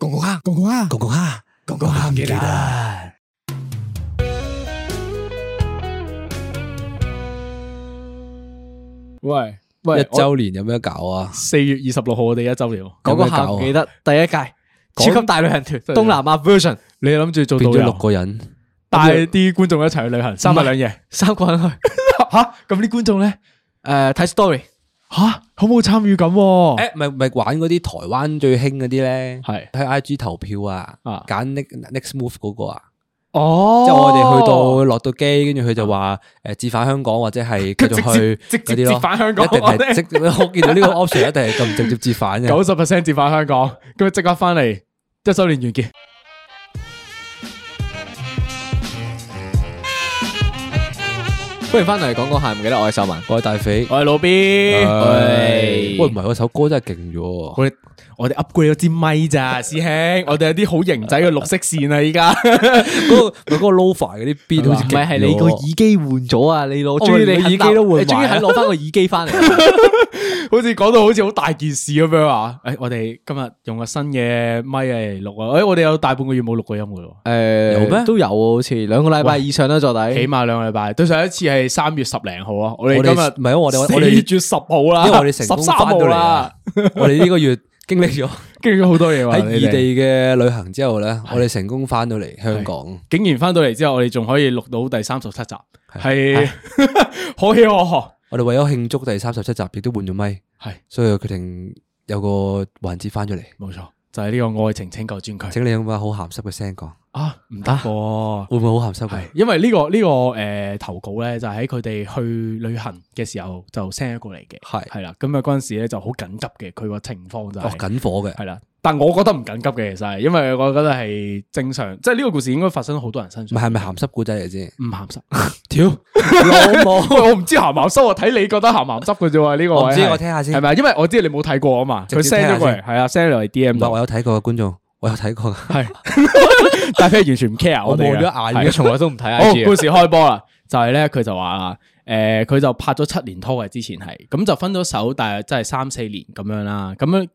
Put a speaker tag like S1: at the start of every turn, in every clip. S1: Con coja, con coja, con coja, con coja, get out.
S2: 喂喂，
S3: 一周年有咩搞啊？
S2: 四月二十六號我哋一周年喎，
S3: 有
S1: 嗰個
S3: 咩
S1: 下
S3: 搞
S1: 唔
S3: 啊
S1: 記？得第一屆超級大旅行團東南亞 version，
S2: 你諗住做
S3: 變咗
S2: 導
S3: 六
S2: 遊，
S3: 個人，
S2: 帶啲觀眾一齊去旅行，三日兩夜。
S1: 三個人去，
S2: 吓，咁啲觀眾咧，
S1: 誒睇 Ờ, story，
S2: 吓好冇參與感喎。
S3: 诶，咪咪玩嗰啲台灣最興嗰啲咧，
S2: 係
S3: 喺 I G 投票啊，
S2: 啊
S3: 揀 next next move 嗰個啊，
S2: 哦
S3: 即係我哋去到落到機，跟住佢就話诶，折返香港或者係繼續去
S2: 直接
S3: 嗰啲咯
S2: 直接返香港
S3: 一定
S2: 我哋
S3: 係直，我見到呢個 option 一定係咁直接折返嘅
S2: 九。十 percent 折返香港，咁即刻翻嚟一周年完結。
S1: 不如翻嚟講講下，唔記得我係秀文，
S3: 我係大肥，
S2: 我係老 B，
S3: 喂，唔係，我首歌真係勁咗喎。
S2: 啊我哋我哋 upgrade 咗支 咪咋，師兄，我哋有啲好型仔嘅綠色線啊，依家
S3: 嗰個嗰個 lofa 嗰啲 beat 好似
S1: 唔係
S3: 勁
S1: 係你個
S3: 咗
S1: 耳機換咗啊！你攞，終於
S3: 我連
S1: 你
S3: 個耳機
S1: 肯
S3: 都
S1: 攞
S3: 換
S1: 你終於
S3: 埋啊
S1: 肯攞翻個耳機翻嚟，
S2: 好似講到好似好大件事咁樣啊！誒，我哋今日用個新嘅咪嚟錄啊！誒，我哋有大半個月冇錄過音嘅咯，
S1: 誒
S3: 有咩
S1: 都有喎好似兩個禮拜以上啦，坐底
S2: 起碼兩個禮拜。對上一次係三月十零號啊，我哋
S3: 我哋
S2: 今日
S3: 唔係我哋我
S2: 四
S3: 哋
S2: 月十號啦，
S3: 因為我哋成
S2: 十
S3: 功
S2: 三
S3: 翻
S2: 啊號
S3: 到嚟
S2: 啦
S3: 啊，，我哋呢個月經歷咗。
S2: 經歷咗好多嘢喎。
S3: 喺
S2: 你
S3: 異
S2: 哋
S3: 地嘅旅行之後咧，我哋成功翻到嚟香港，
S2: 竟然翻到嚟之後，我哋仲可以錄到第三十七集，係 可喜可賀。
S3: 我哋為咗慶祝第三十七集，亦都換咗咪，
S2: 係
S3: 所以我決定有個環節翻咗嚟。
S2: 冇錯，就係呢個愛情拯救專區
S3: 請你用把好鹹濕嘅聲講，
S2: 啊！唔得喎。
S3: 會唔會好鹹濕㗎？
S2: 係，因為呢、個呢、個诶、呃投稿咧，就喺佢哋去旅行嘅時候就 send 咗過嚟嘅，
S3: 係
S2: 係啦。咁啊嗰阵时咧就好緊急嘅，佢個情況就
S3: 哦，
S2: 係
S3: 緊火嘅，
S2: 係啦。但我覺得唔緊急嘅，其實係，因為我覺得係正常，即係呢個故事應該發生喺好多人身
S3: 唔係
S2: 上。
S3: 係咪鹹濕古仔嚟 先？
S2: 唔鹹濕，
S3: 屌老母！
S2: 喂，我唔知鹹唔鹹濕，我睇你覺得鹹唔鹹濕嘅啫喎。呢個
S3: 我唔知
S2: 哦位係
S3: 我聽下先
S2: 係咪？因為我知你冇睇過啊嘛，
S3: 直
S2: 佢
S3: 接
S2: send 咗過嚟，
S3: 聽
S2: 係啊，send 咗嚟 D M
S3: 唔係，我
S2: 度，
S3: 有睇過嘅觀眾，我有睇過㗎。
S2: 係，但係佢係完全唔 care
S1: 我
S2: 我
S1: 望
S2: 哋
S1: 咗
S2: 嘅
S1: 一眼，而家從來都唔睇
S2: 好，
S1: IG
S2: 故
S1: 啊。
S2: 事開波啦，就係咧，佢就話啦，诶，佢就拍咗七年拖嘅，之前係咁就分咗手，但係真係三四年咁樣啦，咁樣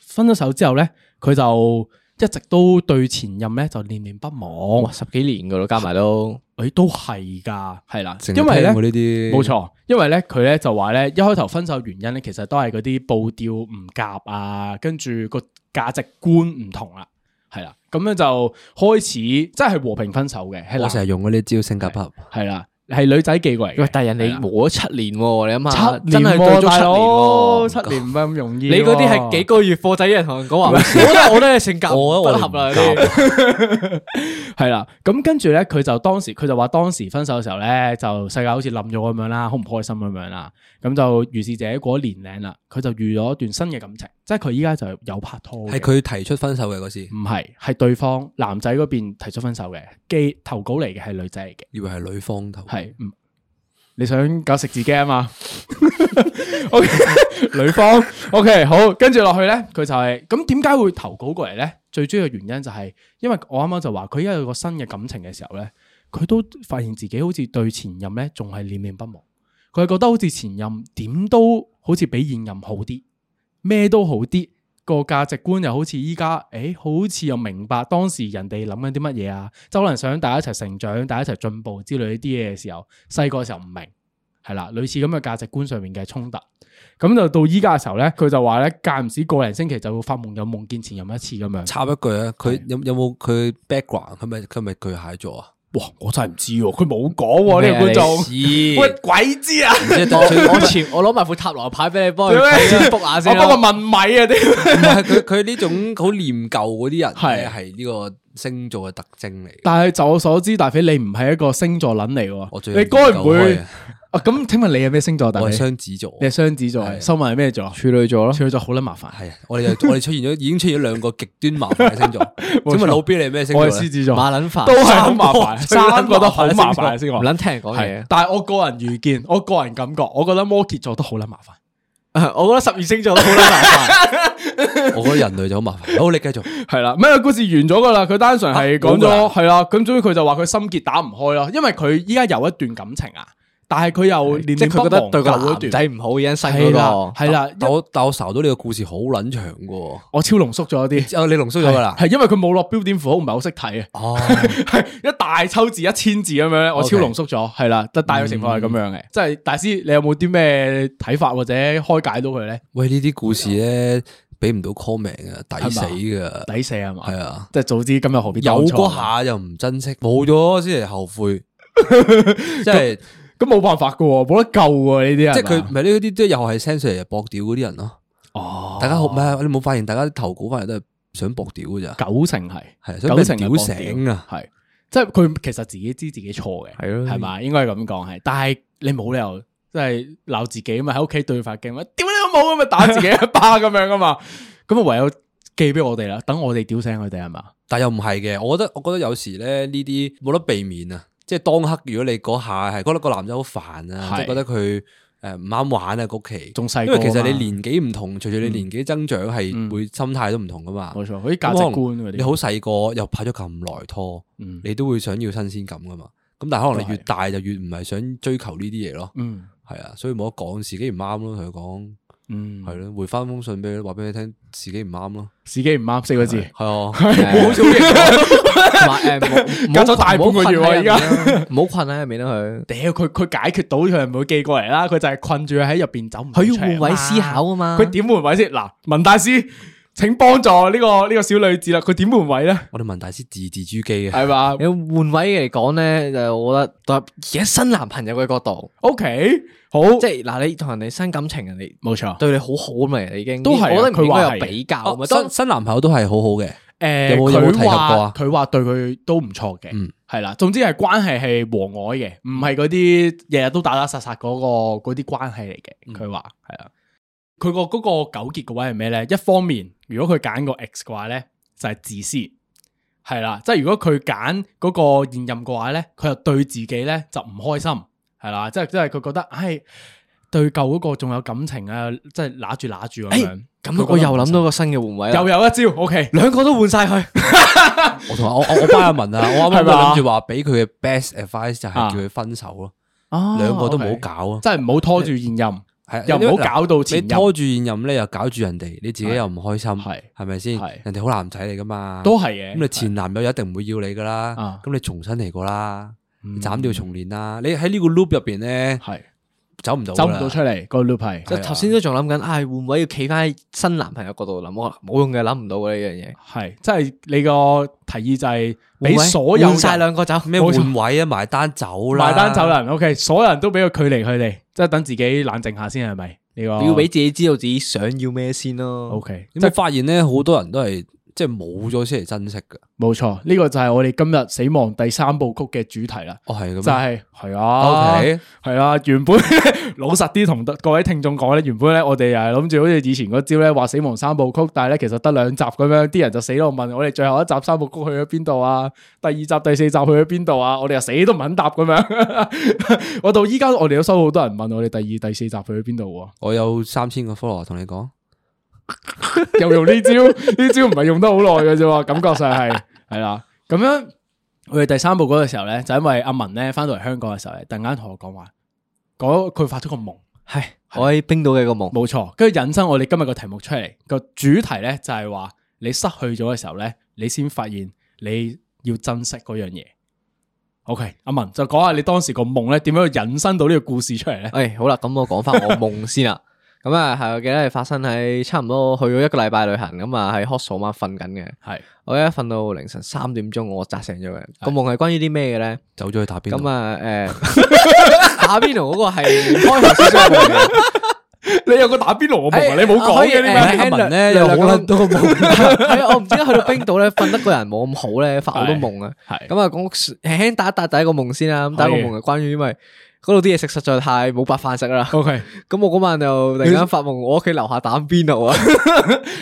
S2: 分咗手之後咧，佢就一直都對前任咧就念念不
S1: 哇，
S2: 忘，
S1: 十幾年噶咯，加埋都
S2: 诶，都係㗎，係啦，
S3: 淨係
S2: 因為咧
S3: 聽過。呢啲
S2: 冇，錯，因為咧佢咧就話咧一開頭分手原因咧，其實都係嗰啲步調唔夾啊，跟住個價值觀唔同啦，係啦，咁樣就開始即係和平分手嘅，係
S3: 我
S2: 啦，
S3: 成日用嗰啲招性格不合，
S2: 系啦，系女仔寄過嚟嘅。
S1: 喂，但係人哋磨咗七年喎，
S4: 啊
S1: 你諗下，
S2: 七年
S1: 真係
S2: 喎，
S1: 對咗
S2: 大
S1: 七年
S2: 佬，
S1: 喎
S2: 七年唔係咁容易
S1: 你
S2: 喎。
S1: 嗰啲係幾個月貨仔，有人同人講話，我覺得我都係性格
S3: 我
S1: 不
S3: 我哋
S1: 合啦
S3: 唔
S1: 嗰啲。
S2: 系啦？咁跟住咧，佢就當時佢就話當時分手嘅時候咧，就世界好似冧咗咁樣啦，好唔開心咁樣啦。咁就如是者過咗年零啦，佢就遇咗一段新嘅感情，即係佢依家就有拍拖嘅。嗯
S3: 係佢提出分手嘅嗰時，
S2: 唔係，係對方男仔嗰邊提出分手嘅，寄投稿嚟嘅係女仔嚟嘅。
S3: 以為係女方頭。
S2: 系，嗯你想搞食自己 啊嘛 ？O K，女方 O、k 好，跟住落去咧，佢就係咁點解會投稿過嚟咧？最主要嘅原因就係、因為我啱啱就話佢而家有個新嘅感情嘅時候咧，佢都發現自己好似對前任咧仲係念念不忘，佢係覺得好似前任點都好似比現任好啲，咩都好啲。個價值觀又好似依家，誒、好似又明白當時人哋諗緊啲乜嘢啊，即係可能想大家一齊成長、大家一齊進步之類呢啲嘢嘅時候，細個嘅時候唔明，係啦，類似咁嘅價值觀上面嘅衝突。咁就到依家嘅時候咧，佢就話咧間唔時個零星期就會發夢有夢見前任一次咁樣。
S3: 插一句啊，佢有有冇佢 background？佢咪佢咪巨蟹座啊？
S2: 哇！我真係唔知喎，佢冇講喎呢個觀眾，
S1: 咦
S2: 喂鬼知啊！
S3: 唔知
S1: 我
S3: 最
S1: 我前我攞埋副塔羅牌俾你幫佢
S2: 屌
S1: 睇
S2: 你
S1: 先覆下
S2: 我
S1: 先啦
S2: 幫我問米啊！啲
S3: 唔係佢 佢呢種好念舊嗰啲人
S2: 係
S3: 咧，係呢個星座嘅特徵嚟嘅。
S2: 但係就我所知，大肥你唔係一個星座撚嚟喎，
S3: 我最
S2: 你該唔會
S3: 唔夠開啊？
S2: 哦，咁請問你係咩星座？但
S3: 我係
S2: 係
S3: 雙子座
S2: 你，係雙子座，收埋係咩座？
S3: 處女座咯。
S2: 處女座好撚麻煩。
S3: 系啊，我哋就我哋 出現咗，已經出現咗兩個極端麻煩嘅星座。
S2: 冇錯
S3: 請問老 B 你係咩星座啊咧？
S2: 我係獅子座
S3: 馬撚煩，
S2: 都係好麻煩三個都好麻煩啊
S3: 先
S2: 嘅星座
S3: 唔撚聽人講
S2: 係
S3: 嘢，。
S2: 但係我個人意見，我個人感覺，我覺得摩羯座都好撚麻煩。
S4: 我覺得十二星座都好難煩，
S3: 我覺得人類就好麻煩。好，你繼續。
S2: 係啦，咩故事完咗噶啦？佢單純係講
S3: 啊冇㗎啦
S2: 咗係啦，咁終於佢就話佢心結打唔開咯，因為佢依家有一段感情啊，但係佢又念
S4: 即係
S2: 念不
S4: 佢覺得
S2: 忘
S4: 對個
S2: 舊
S4: 男
S2: 嗰段。
S4: 仔唔好已經細
S2: 係啦
S4: 嗰，個，
S2: 係啦，
S3: 啊 但我但我查到你個故事好撚長嘅喎。
S2: 我超濃縮咗一 啲。
S3: 哦，你濃縮咗㗎啦。
S2: 係因為佢冇落標點符號，唔係好識睇啊。
S3: 哦，
S2: 係一大抽字一千字咁樣咧，我
S3: OK
S2: 超
S3: 嗯
S2: 濃縮咗，係啦，但大約情況係咁樣嘅，即係大師，你有冇啲咩睇法或者開解到佢咧？
S3: 喂，呢啲故事咧俾唔到 comment 啊，抵死
S2: 係
S3: 㗎。
S2: 抵死係嘛？
S3: 係啊，
S2: 即係早知今日何必
S3: 有
S2: 當初啊
S3: 嗰下又唔珍惜，冇咗先嚟後 悔。即係
S2: 咁冇辦法噶，冇得救噶呢啲啊。
S3: 即係佢唔係呢啲，即係又係 send 上嚟搏屌嗰啲人咯。
S2: 哦，
S3: 大家好，唔係你冇發現大家投稿翻嚟都係想搏屌嘅咋？
S2: 九成係
S3: 係想俾
S2: 九
S3: 人
S2: 成係
S3: 屌
S2: 幫
S3: 醒啊！
S2: 係即係佢其實自己知自己錯嘅，
S4: 係咯
S2: 係嘛？應該係咁講係，但係你冇理由即係鬧自己啊嘛，喺屋企對塊鏡嘛，屌你老母咁咪打自己一巴咁樣噶嘛，咁啊唯有寄俾我哋啦，等我哋屌醒佢哋係嘛？
S3: 但又唔係嘅，我覺得我覺得有時咧呢啲冇得避免啊！即係當刻，如果你嗰下係覺得個男仔好煩啊，
S2: 係
S3: 即係覺得佢誒唔啱玩啊嗰期，
S2: 仲細
S3: 因
S2: 個啊
S3: 為
S2: 嘛嗯
S3: 其實你年紀唔同，隨住你年紀增長係會心態都唔同噶嘛。
S2: 冇錯，哦佢啲價值觀嗰啲
S3: 你好細個又拍咗咁耐拖，
S2: 嗯
S3: 你都會想要新鮮感噶嘛。咁但係可能你越
S2: 都係
S3: 大就越唔係想追求呢啲嘢咯。
S2: 嗯
S3: 係啊，所以冇得講，自己唔啱咯，同佢講。
S2: 嗯
S3: 係咯，回翻封信俾佢，話俾佢聽自己唔啱咯。
S2: 自己唔啱四個字，
S3: 係啊，
S4: 好似 好型，
S2: 隔咗大半個月喎而家
S4: 家，唔好困喺入面啦佢。
S2: 屌佢佢解決到佢係唔會寄過嚟啦，佢就係困住喺入邊走唔到
S4: 佢要
S2: 出嚟啊
S4: 換
S2: 嘛
S4: 位思考啊嘛，
S2: 佢點換位先？嗱，文大師，請幫助呢、個呢、個小女子啦。佢點換位咧？
S3: 我哋文大師字字珠璣嘅，
S2: 係啊嘛
S4: 你換位嚟講咧，就我覺得而家新男朋友嘅角度，
S2: ？OK，好，
S4: 即係嗱，你同人哋新感情，人哋
S2: 冇錯。
S4: 對你好好咁嘛，人哋已經
S2: 都係啊
S4: 我覺得唔應
S2: 佢
S4: 該
S2: 話係
S4: 有比較啊
S3: 哦
S4: 嘛。當
S3: 新新男朋友都係好好嘅，
S2: 誒，
S3: 有冇有冇提及
S2: 佢
S3: 過
S2: 話
S3: 啊
S2: 佢話對佢都唔錯嘅
S3: 嗯，
S2: 係啦。總之係關係係和藹嘅，唔係嗰啲日日都打打殺殺嗰個嗰啲關係嚟
S3: 嗯
S2: 嘅。佢話係啊。佢個嗰個糾結嘅位係咩咧？一方面，如果佢揀個 X 嘅話咧，就係、自私。係啦，即係如果佢揀嗰個現任嘅話咧，佢又對自己咧就唔開心，係啦，即係即係佢覺得，唉，對舊嗰個仲有感情啊，即係揦住揦住咁樣。佢覺
S4: 咁
S2: 得
S4: 我又
S2: 唔開
S4: 諗
S2: 心
S4: 到個新嘅換位啦，
S2: 又有一招，OK，
S4: 兩個都換晒佢，
S3: 我同我我我班阿文 啊，我啱
S2: 係
S3: 啱
S2: 嘛
S3: 都諗住話俾佢嘅 best advice 就係叫佢分手咯，
S2: 哦
S3: 兩個都唔好
S2: OK
S3: 搞啊，
S2: 真係唔好拖住現任，
S3: 係
S2: 又
S3: 因為
S2: 唔好搞到前
S3: 你
S2: 任
S3: 拖住現任咧，又搞住人哋，你自己又唔開心，
S2: 係
S3: 係咪先
S2: 係？
S3: 人哋好男仔嚟噶嘛，
S2: 都係嘅。
S3: 咁你前男友一定唔會要你噶啦
S2: 啊，嗯
S3: 咁你重新嚟過啦，你斬掉重練啦，你喺呢個 loop 入邊咧
S2: 係
S3: 走唔到㗎
S2: 走
S3: 啦，
S2: 唔到出嚟個 loop 係
S4: 即 係頭先都仲諗緊，唉，換位要企翻喺新男朋友角度諗，我冇用嘅，諗唔到嘅呢樣嘢。
S2: 係，即係你個提議就係俾
S4: 換位
S2: 所有
S4: 換晒
S2: 人
S4: 兩個走，
S3: 咩
S2: 冇
S3: 換
S2: 錯
S3: 位啊，埋單走啦，
S2: 埋單走人，OK，所有人都俾個距離佢哋，即係等自己冷靜下先係咪？呢個
S4: 你要俾自己知道自己想要咩先咯。
S2: OK，
S3: 咁我發現咧，好多人都係即係冇咗先嚟珍惜噶。
S2: 冇錯，呢個就係我哋今日死亡第三部曲嘅主題啦。
S3: 哦，係咁
S2: 就
S3: 咩。
S2: 係係啊
S3: OK，
S2: 係啦，原本 老實啲同各位聽眾講咧，原本咧我哋又係諗住好似以前嗰招咧話死亡三部曲，但係咧其實得兩集咁樣，啲人就死咯問我哋最後一集三部曲去咗邊度啊？第二集、第四集去咗邊度啊？ 我哋又死都唔肯答咁樣。我到依家我哋都收好多人問我哋第二、第四集去咗邊度
S3: 我有三千個 follower 同你講，
S2: 喎，又用呢招， 呢招唔係用得好耐嘅啫喎，感覺上係係啦，咁樣。我哋第三部嗰個時候咧，就因為阿文咧翻到嚟香港嘅時候咧，突然間同我講話，嗰佢發咗個夢，
S4: 係我喺冰島嘅個夢，
S2: 冇錯，跟住引申我哋今日個題目出嚟，個主題咧就係話你失去咗嘅時候咧，你先發現你要珍惜嗰樣嘢。OK，阿文就講下你當時個夢咧點樣引申到呢個故事出嚟咧？
S4: 誒哎好啦，咁我講翻我夢先啦。 咁啊，係我記得係發生喺差唔多去咗一個禮拜旅行，咁啊喺 hostel 晚瞓緊嘅。
S2: 係
S4: 我一瞓到凌晨三點鐘，我扎醒咗嘅。個夢係關於啲咩嘅咧？
S3: 走咗去打邊爐。
S4: 咁啊， 誒打邊爐嗰個係開頭少少夢 嘅。
S2: 你有個打邊爐嘅夢啊，
S4: 哎
S2: 你冇講
S4: 可以
S2: 嘅
S4: 誒
S2: 呢
S3: 阿文咧
S4: 略
S3: 有
S4: 略
S3: 好
S4: 咁
S3: 撚多個夢，
S4: 係啊我唔知點解去到冰島咧，瞓得個人冇咁好咧，發好多夢啊。
S2: 係
S4: 咁啊，講輕輕打一打第一個夢先啦。咁第一個夢係關於因為嗰度啲嘢食實在太冇白飯食啦。
S2: O K，
S4: 咁我嗰晚就突然間發夢，我屋企樓下打邊爐 啊，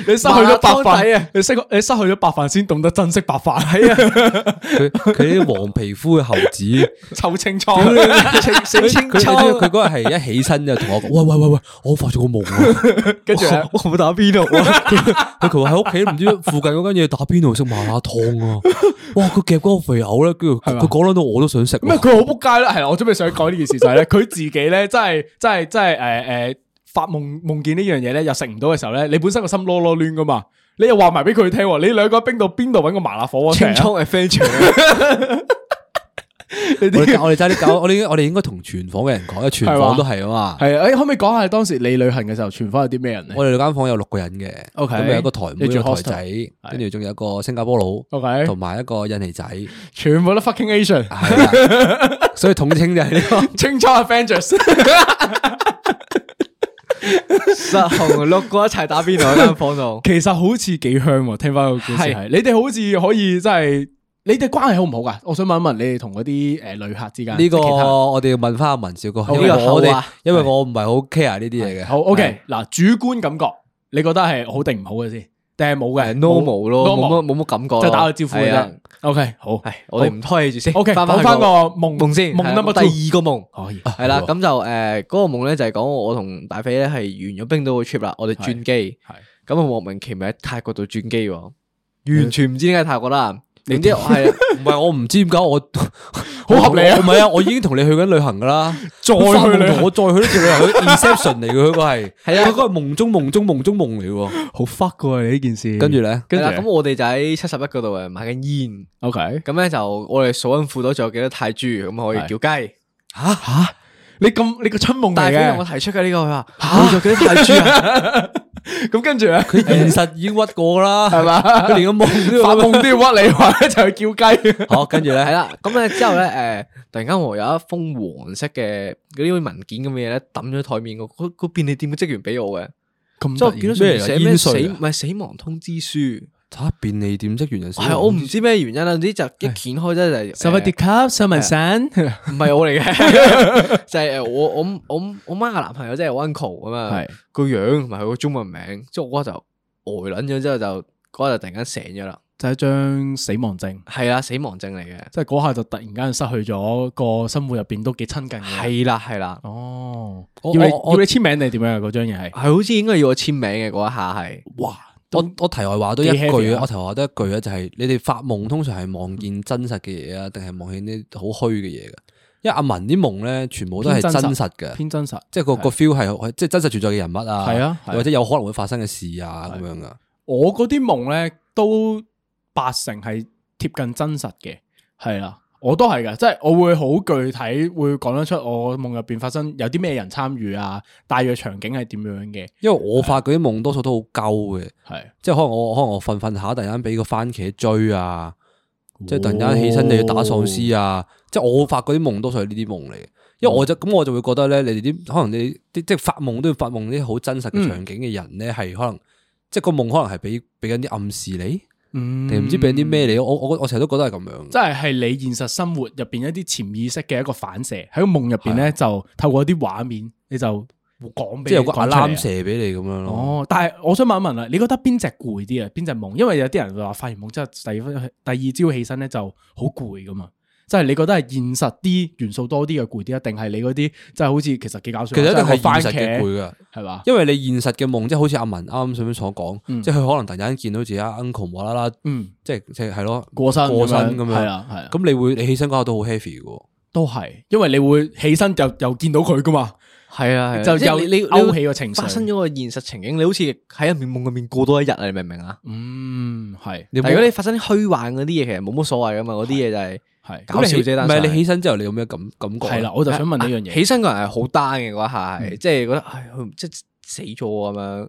S2: 你失去咗白
S4: 麻辣湯底
S2: 飯
S4: 啊，
S2: 你失你失去咗白飯先懂得珍惜白飯，係啊，
S3: 佢佢啲黃皮膚嘅猴子。
S2: 臭青葱。
S3: 佢佢
S2: 啊
S3: 佢嗰日係一起身就同我講：喂喂喂喂，我發咗個夢啊！
S2: 跟住呢
S3: 我冇打邊 爐啊！ 佢佢話喺屋企唔知附近嗰間嘢打邊爐食麻辣燙 啊！哇！佢夾嗰個肥牛咧，跟住佢佢講撚到我都想食。
S2: 咩？佢好仆街啦，係啦，我準備想講呢件事就係咧，佢自己咧真係真係真係誒誒發夢夢見呢樣嘢咧，又食唔到嘅時候咧，你本身個心囉囉攣噶嘛，你又話埋俾佢聽喎，你兩個喺冰島邊度揾個麻辣火鍋食啊
S4: 青葱 adventure，
S2: 你
S3: 我
S2: 啲
S3: 哋我哋真係啲搞，我哋我哋應該同全房嘅人講，因為全
S2: 係嘛
S3: 房都係啊嘛。
S2: 係啊，誒可唔可以講下你當時你旅行嘅時候，全房有啲咩人咧
S3: 我哋間房有六個人嘅
S2: OK
S3: 咁有一個台妹，
S2: 你
S3: 一
S2: 住
S3: 個台
S2: hostel
S3: 仔，跟住仲有一個新加坡佬，
S2: ？OK，
S3: 同埋一個印尼 仔，係
S2: 全部都 fucking Asian，
S3: 啦。所以統稱就係呢 個。
S2: 青葱 Avengers。
S4: 失控啊碌過一齊打邊爐喺間房度。
S2: 其實好似幾香喎，聽翻個故事係，你哋好似可以真係，你哋關係好唔好噶？我想問一問你哋同嗰啲诶旅客之間
S3: 呢個
S2: 即係其他
S3: 我哋要問翻阿文少哥，因為
S4: 呢個
S3: 我
S4: 好
S3: 哋
S4: 啊
S3: 因為我唔係好 care 呢啲嘢嘅。
S2: 好 OK 嗱，主觀感覺你覺得係好定唔好嘅先？定係冇嘅
S4: 係 normal 咯，冇乜
S2: ，normal
S4: 冇乜感覺咯，
S2: 就打個招呼嘅
S4: 係啊
S2: 啫。。OK 好
S4: 係，我哋唔拖戲住先。
S2: OK，
S4: 翻返
S2: 講翻
S4: 去
S2: 個夢
S4: 夢先，
S2: 夢
S4: 係啊
S2: number
S4: 第
S2: two
S4: 二個夢。
S2: 可以
S4: 系啦，咁就诶嗰個夢咧就係講我同大肥咧係完咗冰島嘅 trip 啦，我哋轉機，
S2: 係
S4: 咁啊莫名其妙喺泰國度轉機喎，完全唔知點解泰國啦，嗯你知係啊
S3: 唔係我唔知點解我
S2: 好合理啊
S3: 我唔係啊，我已經同你去緊旅行噶 啦，
S2: 再去
S3: 我發夢
S2: 旅行
S3: 我再去呢次旅行佢，inception 嚟嘅佢個係，
S4: 係 啊
S3: 佢個係夢中夢中夢中夢嚟喎。
S2: 好 fuck 喎你呢件事，
S3: 跟住咧，
S4: 係
S2: 跟住
S4: 啦，咁我哋就喺七十一嗰度诶買緊煙，
S2: OK
S4: 咁咧就我哋數緊褲袋仲有幾多泰铢，咁可以叫雞。
S2: 吓吓，你咁你個春夢
S4: 大
S2: 嚟
S4: 肥同我
S2: 嘅，
S4: 提出嘅呢個，佢話我仲有幾多泰铢啊？
S2: 咁跟住咧
S3: 佢現實已經屈過啦，係
S2: 嘛
S3: 佢連個夢都
S2: 發
S3: 要
S2: 夢都要 屈你話咧就去叫雞。
S3: 好，跟住
S4: 係
S3: 咧，
S4: 啦，咁咧之後咧，诶，突然間我有一封黃色嘅嗰啲文件咁嘅嘢咧，抌咗台面個嗰嗰便利店嘅職員俾我嘅。
S2: 咁
S4: 即係
S2: 突
S4: 我
S2: 然
S4: 見到上面寫咩
S3: 煙
S4: 死
S3: 稅啊
S4: 唔係死亡通知書，
S3: 嚇便利店職員人
S4: 係我唔知咩原因啦，總之就一掀開咧就係
S2: 十一跌級，上文 散，
S4: 誒唔係我嚟嘅， 就係誒我我我我媽嘅男朋友即係我 uncle 咁啊
S2: 係，
S4: 個樣同埋佢個中文名，之後我嗰就呆撚咗之後就嗰日就突然間醒咗啦，
S2: 就係張死亡證，
S4: 係啦，死亡症嚟嘅，
S2: 即係嗰下就突然間失去咗個生活入邊都幾親近嘅。
S4: 係啦係啦，
S2: 哦，要
S3: 我
S2: 你
S3: 我我
S2: 要你簽名定係點樣啊？嗰張 嘢係
S4: 係好似應該要我簽名嘅嗰一下係，
S2: 哇，
S3: 我我題外話都一
S2: 幾 heavy
S3: 句
S2: 啊
S3: 啊，我題外話都一句啊，就係你哋發夢通常係望見真實嘅嘢啊，定係望見啲好虛嘅嘢嘅？因為阿文啲夢咧，全部都係
S2: 偏
S3: 真
S2: 真實
S3: 實嘅，
S2: 偏真實。
S3: 即係個個 feel 係即係真實存在嘅人物啊，
S2: 係啊係啊
S3: 或者有可能會發生嘅事啊咁樣噶。
S2: 我嗰啲夢咧都八成係貼近真實嘅，係啦，我都係嘅，即係我會好具體會講得出我夢入邊發生有啲咩人參與啊，大約場景係點樣嘅，
S3: 因為我發嗰啲夢多數都好鳩嘅，
S2: 係
S3: 即係可能我可能我瞓瞓下，突然間俾個番茄追啊，即係突然間起身你要打喪屍
S2: 哦
S3: 啊，即係我發嗰啲夢多數係呢啲夢嚟嘅。因為我就咁我就會覺得咧，你哋啲可能你啲即係發夢都要發夢啲好真實嘅場景嘅人咧，係可能即係個夢可能係俾俾緊啲暗示你，
S2: 嗯
S3: 定唔知俾緊啲咩你？我我我成日都覺得係咁樣。
S2: 即係係你現實生活入邊一啲潛意識嘅一個反射，喺個夢入邊咧就透過一啲畫面，你就講俾
S3: 即係有個
S2: 阿攬
S3: alarm 射俾你咁樣咯。
S2: 啊哦，但係我想問一問啦，你覺得邊只攰啲啊？邊只夢？因為有啲人話發完夢之後，第二第二朝起身咧就好攰噶嘛。即係你覺得係現實啲元素多啲嘅攰啲啊，定係你嗰啲即係好似其實幾搞笑，啊
S3: 其實一定係
S2: 即個番
S3: 現實嘅
S2: 茄
S3: 攰噶，
S2: 係嘛？
S3: 因為你現實嘅夢，即係好似阿文啱啱上面所講，
S2: 嗯
S3: 即係佢可能突然間見到自己啊阿 uncle 無啦啦，
S2: 嗯，
S3: 即係即係係咯，
S2: 過身
S3: 過身咁樣
S2: 係啊啦係啦，咁
S3: 咁你會你起身嗰下都好 heavy 嘅，
S2: 都係，因為你會起身就又見到佢噶嘛，
S4: 係啊，係啊
S2: 就
S4: 即係
S2: 又
S4: 你你
S2: 勾起個情緒
S4: 發生咗個現實情景，你好似喺入面夢入面過多一日啊，你明唔明啊？
S2: 嗯係
S3: 你
S4: 但如果你發生啲虛幻嗰啲嘢，其實冇乜所謂噶嘛，嗰啲嘢就係
S2: 係
S4: 搞笑啫。
S3: 唔
S4: 單
S3: 係
S4: 純
S3: 你起身之後你有咩感感覺？啊
S2: 係啦，，我就想問呢樣嘢，
S4: 起啊身個人係嗯好 down 嘅嗰一下係，即係覺得唉，佢唔即係死咗喎咁樣，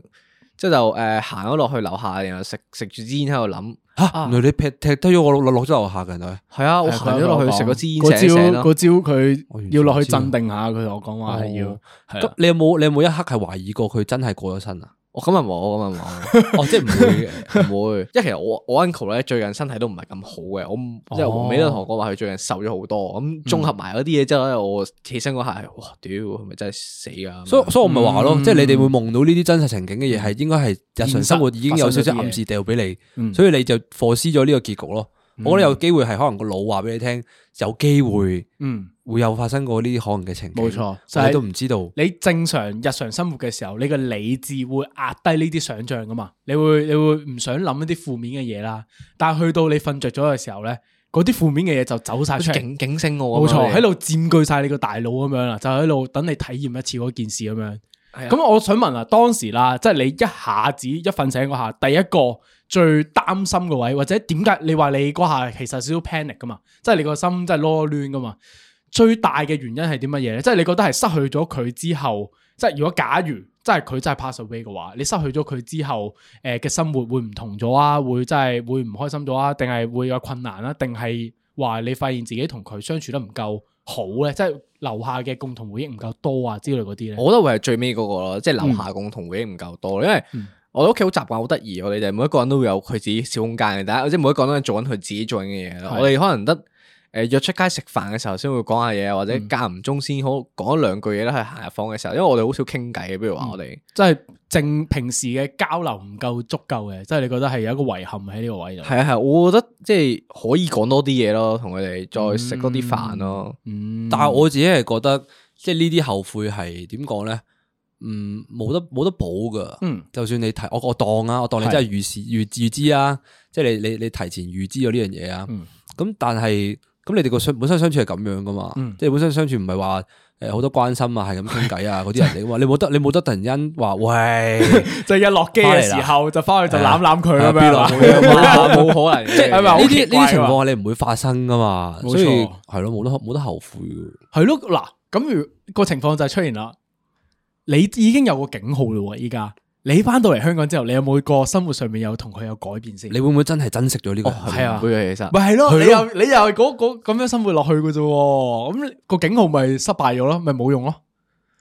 S4: 即係就誒行咗落去樓下，然後食食住支煙喺度諗，
S2: 啊
S3: 吓，原來你劈踢低咗我落落咗樓下嘅，原來
S4: 係啊，我
S2: 係
S4: 行咗落去食
S2: 嗰
S4: 咗支煙
S2: 朝
S4: 醒醒咯
S2: 嗰。朝佢
S3: 我完全
S2: 要落去
S3: 唔知啊
S2: 鎮定下佢，同我講話係要啊
S3: 哦
S2: 係啦
S3: 咁你有冇你有冇一刻係懷疑過佢真係過咗身啊？
S4: 我咁啊冇，咁啊 冇，哦，即係唔會嘅，唔會。因為其實我我 uncle 咧最近身體都唔係咁好嘅，我唔即係
S2: 哦嗯
S4: 黃尾都同我講話佢最近瘦咗好多，咁綜合埋嗰啲嘢之後咧，我起身嗰下係，哇，屌，係咪真係死㗎？
S3: 所以所以我咪話咯，
S2: 嗯
S3: 即係你哋會夢到呢啲真實情景嘅嘢，係應該係日常生活已經有少
S2: 現實發
S3: 少
S2: 生咗啲嘢
S3: 暗示掉俾
S2: 嗯
S3: 你，所以你就 foresee 咗呢個結局咯。我覺得有機會係可能個腦話俾你聽，有機會
S2: 嗯，
S3: 會有發生過呢啲可能嘅情景。
S2: 冇錯就係
S3: 你都唔知道。
S2: 你正常日常生活嘅時候，你嘅理智會壓低呢啲想象噶嘛？你會你會唔想諗一啲負面嘅嘢啦，但係去到你瞓着咗嘅時候咧，嗰啲負面嘅嘢就走晒
S4: 好
S2: 出
S4: 似
S2: 嚟。
S4: 警警醒我
S2: 冇
S4: 咁樣，
S2: 錯，喺度佔據啊晒你個大腦咁樣啦，就喺度等你體驗一次嗰件事咁樣。
S4: 係啊
S2: 咁我想問啊，當時啦，即係你一下子一瞓醒嗰下，第一個最擔心嘅位，或者點解你話你嗰下其實少少 panic 噶嘛，即係你個心真係囉攣噶嘛。最大嘅原因係啲乜嘢咧？即係你覺得係失去咗佢之後，即係如果假如即係佢真係 pass away 嘅話，你失去咗佢之後，誒、嘅生活會唔同咗啊？會真係會唔開心咗啊？定係會有困難啊？定係話你發現自己同佢相處得唔夠好咧？即係留下嘅共同回憶唔夠多啊之類嗰啲咧？
S4: 我覺得會係最尾嗰個咯，即係樓
S2: 嗯
S4: 下共同回憶唔夠多，因為我哋屋企好習慣好得意，我哋就係每一個人都會有佢自己小空間嘅，但係即係每一個人都係做緊佢自己做緊嘅嘢
S2: 係
S4: 咯。我哋可能得誒約出街食飯嘅時候先會講下嘢，或者間唔中先好講一兩句嘢咧，去行入房嘅時候，因為我哋好少傾偈嘅，比
S2: 嗯
S4: 如話我哋
S2: 即係正平時嘅交流唔夠足夠嘅，即係你覺得係有一個遺憾喺呢個位度。
S4: 係啊係，我覺得即係可以講多啲嘢咯，同佢哋再食多啲飯咯。
S2: 嗯，
S3: 但係我自己係覺得，即係呢啲後悔係點講咧？嗯，冇得冇得補噶。
S2: 嗯
S3: 就算你提我我當啊，我當你真係預示預預知啊，即係你你你提前預知咗呢樣嘢啊。
S2: 嗯
S3: 咁、但係咁你哋個相本身相處係咁樣噶嘛？
S2: 嗯
S3: 即係本身相處唔係話誒好多關心啊，係咁傾偈啊嗰啲人嚟噶嘛？你冇得你冇得突然間話喂，啊
S2: 就一落機嘅時候就翻去就攬攬佢咁樣啦。
S4: 冇可能，即
S2: 嗯係咪好
S3: 呢
S2: 奇
S3: 啲呢
S2: 怪啊
S3: 啲情況係你唔會發生噶嘛？
S2: 冇錯
S3: 所以係咯，冇得冇得後悔㗎。
S2: 係咯，嗱，咁如個情況就係出現啦，你已經有個警號啦喎，依家你翻到嚟香港之後，你有冇個生活上面有同佢有改變先？
S3: 你會唔會真係珍惜咗呢個人？
S2: 係啊
S4: 唔會嘅其實。
S2: 咪係
S3: 係
S2: 咯，
S3: 咯
S2: 你又你又係嗰嗰咁樣生活落去嘅啫喎，咁個警號咪失敗咗咯，咪冇用咯，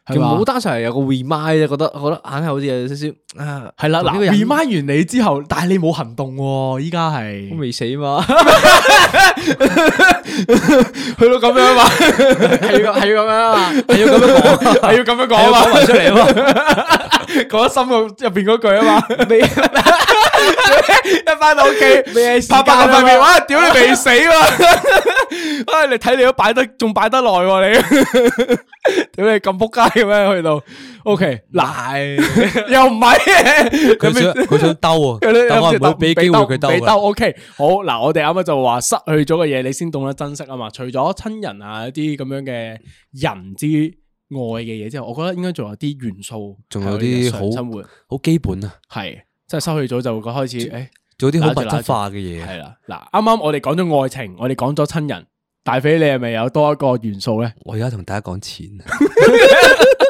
S2: 係
S4: 唔
S2: 嘛
S4: 好？單純係有個 remind 啊啫，覺得覺得硬係好似有少少啊，
S2: 係啦，
S4: 同
S2: 嗱
S4: 呢個人
S2: ，remind 完你之後，但係你冇行動喎，依家係
S4: 我未死嘛。
S2: 去到咁樣嘛， 係要係要咁樣啊，係要咁樣講， 係要咁樣講啊嘛，講埋出嚟啊嘛， 講心入入邊嗰句啊嘛，你 一翻到屋企，拍拍塊面，哇！屌你未死喎， 啊！你睇你都擺得，仲擺得耐喎你， 屌你咁仆街嘅咩？去到，OK，嗱， 又唔係，
S3: 佢想佢想兜 啊，但我唔會俾機會佢兜啊
S2: 俾兜
S3: 㗎。
S2: OK，好嗱，我哋啱啱就話失去咗嘅嘢，你先懂得珍惜啊嘛。除咗親人啊一啲咁樣嘅人之外嘅嘢之後，我覺得應該仲有啲元素，
S3: 仲有啲好
S2: 生活
S3: 好基本啊，
S2: 係，即係失去咗就會開始誒
S3: 做啲好
S2: 嗱
S3: 物
S2: 嗱
S3: 質化嘅嘢。
S2: 係啦。嗱，啱啱我哋講咗愛情，我哋講咗親人，大肥你係咪有多一個元素咧？
S3: 我而家同大家講錢，啊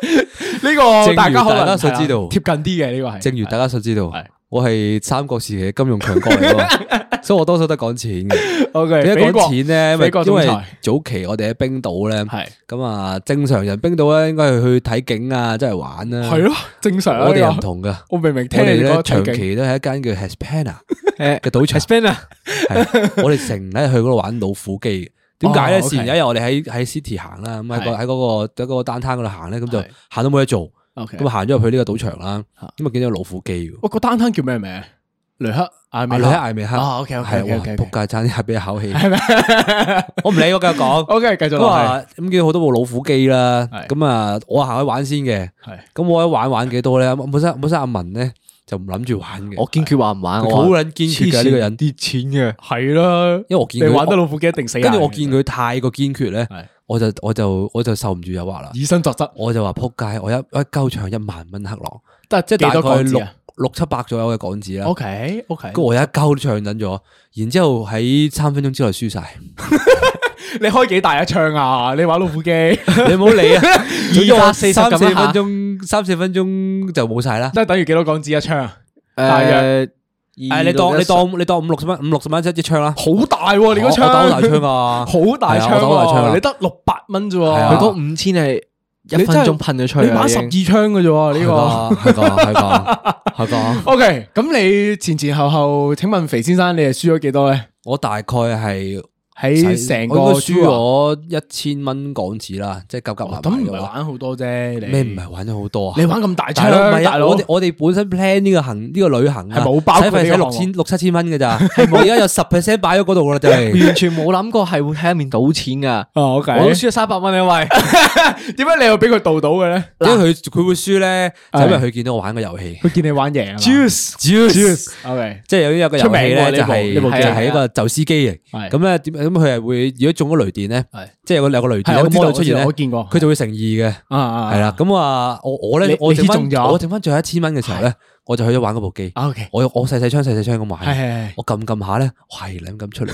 S2: 呢個大家可能
S3: 大家想知道
S2: 貼近啲嘅呢個係，
S3: 正如大家所知道
S2: 係，
S3: 我係三國時期嘅金融強國嚟 咯，所以我多數都係講錢嘅。
S2: OK，
S3: 點解
S2: 美國
S3: 講錢咧？因
S2: 美
S3: 為
S2: 國
S3: 因
S2: 總
S3: 為
S2: 裁
S3: 早期我哋喺冰島咧，
S2: 係
S3: 咁啊，正常人冰島咧應該係去睇景啊，即係玩啦。
S2: 係咯，正常啊
S3: 我哋又
S2: 呢
S3: 唔
S2: 個
S3: 同噶。
S2: 我明明
S3: 我
S2: 聽
S3: 哋
S2: 你
S3: 咧
S2: 講
S3: 長
S2: 長期
S3: 期都喺一間叫 Hispana
S4: 誒
S3: 嘅賭場。
S2: 啊
S4: Hispana
S3: 係我哋成日咧去嗰度玩老虎機嘅。點解
S2: 哦
S3: 咧？
S2: ，OK
S3: 前有一日我哋喺喺 City 行啦，咁喺個
S2: 係
S3: 喺嗰個喺嗰個單攤嗰度行咧，咁就
S2: 係
S3: 行都冇嘢做，
S2: OK
S3: 咁啊行咗入去呢個賭場啦，
S2: 嚇
S3: 咁啊見到有老虎機喎。
S2: 喂，個單攤叫咩名？雷克艾美
S3: 你
S2: 克
S3: 喺艾美克，
S2: 哦，OK，OK，
S3: 係
S2: OK，OK，
S3: 哇
S2: OK，
S3: 仆街差啲俾一口氣，
S2: 係咪
S3: 我唔理我繼 續講。
S2: ？OK，繼續
S3: 咁
S2: 落去。
S3: 啊，咁見到好多部老虎機啦
S2: 係，
S3: 咁啊我行去玩先嘅，
S2: 係
S3: 咁我一玩玩幾多咧？本身本身阿文咧就唔諗住玩嘅，
S4: 我堅決話唔
S2: 啊
S4: 玩，
S3: 佢
S4: 我
S3: 好
S4: 話
S3: 撚堅決嘅呢個人，
S4: 啲錢嘅，
S2: 係啦，
S3: 因為我見
S2: 你
S3: 佢
S2: 玩得老虎機一定死硬嘅。
S3: 跟住我見佢太過堅決咧
S2: 係，
S3: 我就我就我就受唔住誘惑啦。
S2: 以身作則，
S3: 我就話扑街，我一我一鳩唱一萬蚊黑狼，
S2: 但
S3: 即係大
S2: 多
S3: 概
S2: 港
S3: 六
S2: 紙啊
S3: 六七百左右嘅港紙啦。
S2: ？OK OK，
S3: 咁我一鳩都唱緊咗，然之後喺三分鐘之內輸晒，
S2: 你開幾大一槍啊？你玩老 虎機，即
S3: 你唔好理啊！ 總之我
S4: 40
S3: 三四
S4: 咁
S3: 分
S4: 啊
S3: 鐘，三四分鐘就冇晒啦。
S2: 係等於幾多港紙一槍啊？大
S4: 誒，
S3: 誒，你當你當你當五六十蚊，五六十蚊一支槍啦。
S2: 好大喎！你嗰 槍，
S3: 我我打好大槍啊！
S2: 好大
S3: 係啊我打好大槍
S2: 槍
S3: 啊
S2: 喎！你得六百蚊啫
S3: 係啊
S2: 喎，
S4: 佢嗰五千係一分鐘噴咗出去
S2: 你
S4: 啊，
S2: 玩
S4: 已
S2: 十二
S4: 經
S2: 槍嘅啫喎，呢個。
S3: 係噶係噶 係噶，
S2: O K，咁你前前後後，請問肥先生，你係輸咗幾多咧？
S3: 我大概係
S2: 喺成個
S3: 輸
S2: 輸啊哦
S3: 咗一千蚊港紙啦，即係夾夾埋
S2: 咁
S3: 埋
S2: 唔
S3: 嘅
S2: 係
S3: 話
S2: 玩好多啫，你
S3: 咩唔係玩咗好多啊？
S2: 你玩咁大
S3: 大佬唔
S2: 槍，
S3: 係
S2: 大
S3: 啊！
S2: 佬
S3: 我哋我哋本身 plan 呢個行呢個旅行啊
S2: 係冇包括
S3: 使費
S2: 呢
S3: 使
S2: 個
S3: 六
S2: 項目
S3: 千六七千蚊嘅咋，我而家有十 percent 擺咗嗰度啦，就 係
S4: 完全冇諗過係會喺入面賭錢噶，
S2: 哦，O K，
S4: 我都輸咗三百蚊 啊喂。
S2: 點解你又俾佢盜到嘅咧？
S3: 因為佢佢會輸咧，就因為
S2: 係
S3: 佢見到我玩個遊戲
S2: 佢見你玩贏啊嘛
S3: Juice Juice。
S2: ，O K，
S3: 即係有有一個遊戲
S2: 出
S3: 咧，
S2: 名喎
S3: 就
S2: 呢部
S3: 係
S2: 呢部
S4: 機
S3: 就係一個走司機
S2: 係
S3: 嚟。咁咧點咁佢係會如果中咗雷電咧
S2: 係，
S3: 即係有個有個雷電
S2: 係
S3: 有
S2: 我
S3: 個
S2: 知
S3: 魔
S2: 道
S3: 女出現
S2: 我知
S3: 咧
S2: 道，我見過
S3: 佢就會乘二嘅。
S2: 啊啊，
S3: 係啦，咁啊，我我
S2: 你
S3: 咧，我
S2: 你
S3: 剩翻
S2: 中咗
S3: 我剩翻最後一千蚊嘅時候咧，我就去咗玩嗰部機。
S2: 啊，OK，
S3: 我我細細槍細細槍咁
S2: 係
S3: 玩，
S2: 係係
S3: 我撳撳下咧，我係咁撳 出嚟。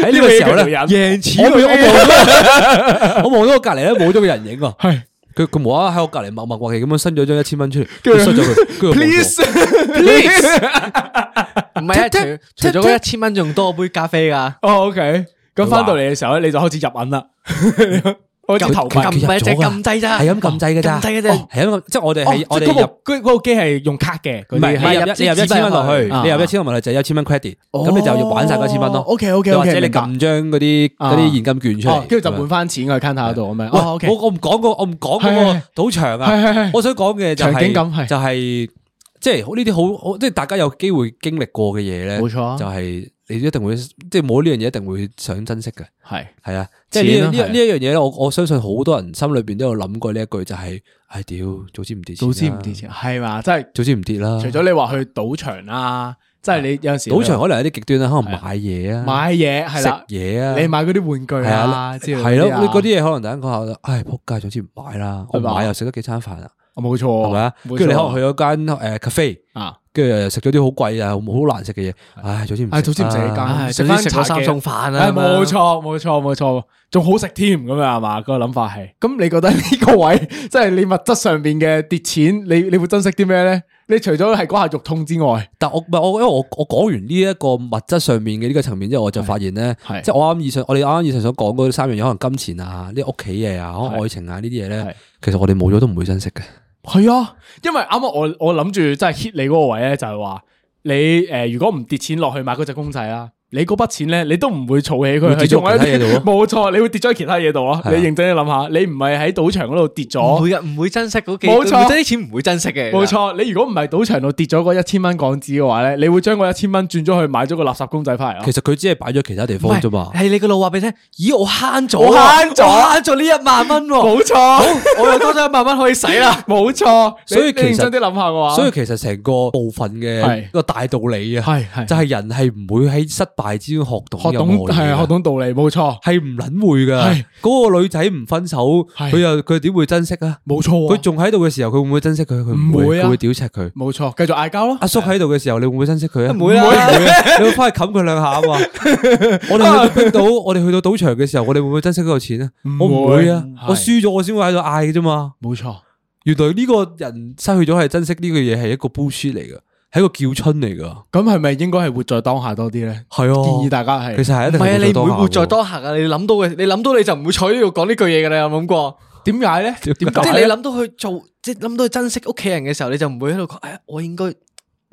S3: 喺呢
S2: 呢個
S3: 個時
S2: 嘢
S3: 候咧
S2: 叫做，人
S3: 贏錢。我望到我望到我隔離咧冇咗個人影啊。
S2: 係
S3: 佢佢無啦啦喺我隔離默默默地咁樣伸咗張一千蚊出嚟，跟住咗佢，跟住我冇咗
S2: Please，
S4: 唔係啊， 除除咗嗰一千蚊，仲多杯咖啡噶。
S2: 哦，OK，咁翻到嚟嘅時候咧，你就開始入 銀啦，開始投
S3: 佢
S2: 幣
S3: 佢。
S4: 撳咪就
S3: 入咗㗎
S4: 撳掣咋，
S3: 系咁撳掣嘅咋，
S4: 撳掣嘅啫。
S3: 系咁，即係我哋係
S2: 哦
S3: 我
S2: 即
S3: 哋
S2: 係嗰
S3: 入
S2: 部嗰嗰部機係用卡嘅，
S3: 唔
S2: 嗰
S3: 係
S2: 啲
S3: 你
S2: 係
S3: 入
S4: 入
S3: 一你入一千蚊落去，
S2: 啊
S3: 你入一千蚊落去就一千蚊 credit，
S2: 哦
S3: 咁你就要玩晒嗰一千蚊咯。
S2: OK，OK，OK，
S3: 又或者你
S2: 明白
S3: 撳張嗰啲
S2: 啊
S3: 嗰啲現金券出
S2: 哦
S3: 嚟，，
S2: 跟住就換翻錢去 counter 度咁樣。
S3: 喂
S2: 哦，OK，
S3: 我我唔講個我唔講
S2: 係
S3: 嗰個賭場
S2: 係係
S3: 啊
S2: 係，
S3: 我想講嘅就
S2: 場景感
S3: 係
S2: 係
S3: 就係即係呢啲好好即係大家有機會經歷過嘅嘢咧，
S2: 冇錯啊
S3: 就係你一定會即係冇呢樣嘢一定會想珍惜嘅。
S2: 係
S3: 系啊，即系
S2: 錢
S3: 呢
S2: 啊
S3: 呢
S2: 係啊
S3: 呢一样嘢咧，我我相信好多人心里边都有谂过呢一句，就係唉屌，早知唔跌錢
S2: 早
S3: 啦
S2: 知唔跌，
S3: 啊
S2: 錢係嘛？即係
S3: 早知唔跌啦。
S2: 除咗你話去賭場啦，即係你有陣時
S3: 赌场可能有啲極端啦，可能買嘢啊，
S2: 買嘢係
S3: 食
S2: 啦，
S3: 嘢啊，
S2: 你買嗰啲玩具
S3: 係啊
S2: 啊，之
S3: 系
S2: 類
S3: 咯，
S2: 嗰啲啊
S3: 你嗰啲嘢可能突然間講下，唉仆街，早知唔買啦，我
S2: 係嘛
S3: 買又食咗幾餐飯啊，
S2: 哦冇錯，
S3: 係咪啊？
S2: 冇
S3: 跟住你可
S2: 錯
S3: 能去咗間诶 cafe，
S2: 啊，
S3: 跟住又食咗啲好貴啊，好難食嘅嘢，唉早知唔
S2: 唉，早知唔食呢
S3: 啦
S2: 間，
S4: 唉早知
S2: 返
S4: 食
S2: 茶
S4: 咗三
S2: 記
S4: 餸飯啦
S2: 唉
S4: 咁樣
S2: 哎冇錯冇錯冇錯，仲好食添咁樣係嘛？個諗法係，咁你覺得呢個位 即係你物質上邊嘅跌錢，你你會珍惜啲咩咧？你除咗係嗰下肉痛之外，
S3: 但我唔係我，因為我我講完呢一個物質上面嘅呢個層面之後，我就發現咧
S2: 係，
S3: 即係我啱啱以上，我哋啱啱以上所講嗰三樣嘢，可能金錢啊、呢屋企嘢啊、可能愛情啊呢啲嘢咧
S2: 係，
S3: 其實我哋冇咗都唔會珍惜嘅。
S2: 係啊，因為啱啱我我諗住真係 hit 你嗰個位咧，就係話你呃誒，如果唔跌錢落去買嗰只公仔啦。你嗰筆錢咧，你都唔會儲起佢，
S3: 會跌咗
S2: 係用喺
S3: 其他嘢度
S2: 冇錯，你會跌咗喺其他嘢度咯。
S3: 係啊
S2: 你認真啲諗下，你唔係喺賭場嗰度跌
S4: 唔
S2: 咗，
S4: 會嘅，唔會珍惜嗰幾，
S2: 冇錯
S4: 真啲錢唔會珍惜嘅。
S2: 冇錯，你如果唔係賭場度跌咗嗰一千蚊港紙嘅話咧，你會將嗰一千蚊轉咗去買咗個垃圾公仔翻嚟
S3: 其
S2: 咯。
S3: 實佢只係擺咗其他地
S4: 唔
S3: 方
S4: 係，
S3: 啫嘛。
S4: 係你個腦話俾你聽，咦？我慳咗，啊
S2: 我慳咗啊
S4: 我慳咗呢一萬 蚊喎，
S2: 冇錯，
S4: 我又多咗一萬蚊可以使 啦。
S2: 冇錯。
S3: 哦所以
S2: 你你
S3: 其
S2: 認
S3: 實
S2: 真啲諗下嘅話，
S3: 所以其實成個部分嘅
S2: 啊係
S3: 一個大道理啊，
S2: 係係
S3: 就係人係唔會喺失敗之中學懂
S2: 學
S3: 任
S2: 懂
S3: 何嘢啊
S2: 係學
S3: 嘅。
S2: 懂道理，冇錯，
S3: 係唔撚會噶
S2: 係，
S3: 嗰個女仔唔分手，
S2: 係
S3: 佢又佢點會珍惜啊？
S2: 冇錯喎
S3: 佢仲喺度嘅時候，佢會唔會珍惜佢？佢唔
S2: 唔
S3: 會，
S2: 會啊
S3: 佢會屌柒佢。
S2: 冇錯，繼續嗌交咯。
S3: 阿叔喺度嘅時候，你會唔會珍惜佢啊？
S4: 唔會啦
S3: 唔會啊你會翻去冚佢兩下啊嘛！我哋去到冰島，我哋去到賭場嘅時候，我哋會唔會珍惜嗰個錢啊？我唔會啊！
S2: 係
S3: 我輸咗，我先會喺度嗌嘅啫嘛。
S2: 冇錯，
S3: 原來呢個人失去咗係珍惜呢個嘢，係一個 bullshit 嚟噶，係一個叫春嚟噶。
S2: 咁係咪應該係活在當下多啲咧？
S3: 係
S2: 建
S3: 啊，
S2: 議大家係
S3: 其實係一
S4: 唔
S3: 定
S4: 係啊，你唔會活
S3: 多
S4: 在當下啊！你諗到嘅，你諗到你就唔會坐喺呢度講呢句嘢嘅啦。有冇諗過？
S2: 點解咧？點
S4: 即係
S2: 解
S4: 你
S2: 呢？
S4: 諗到去做，即係諗到去珍惜屋企人嘅時候，你就唔會喺度講，哎呀，我應該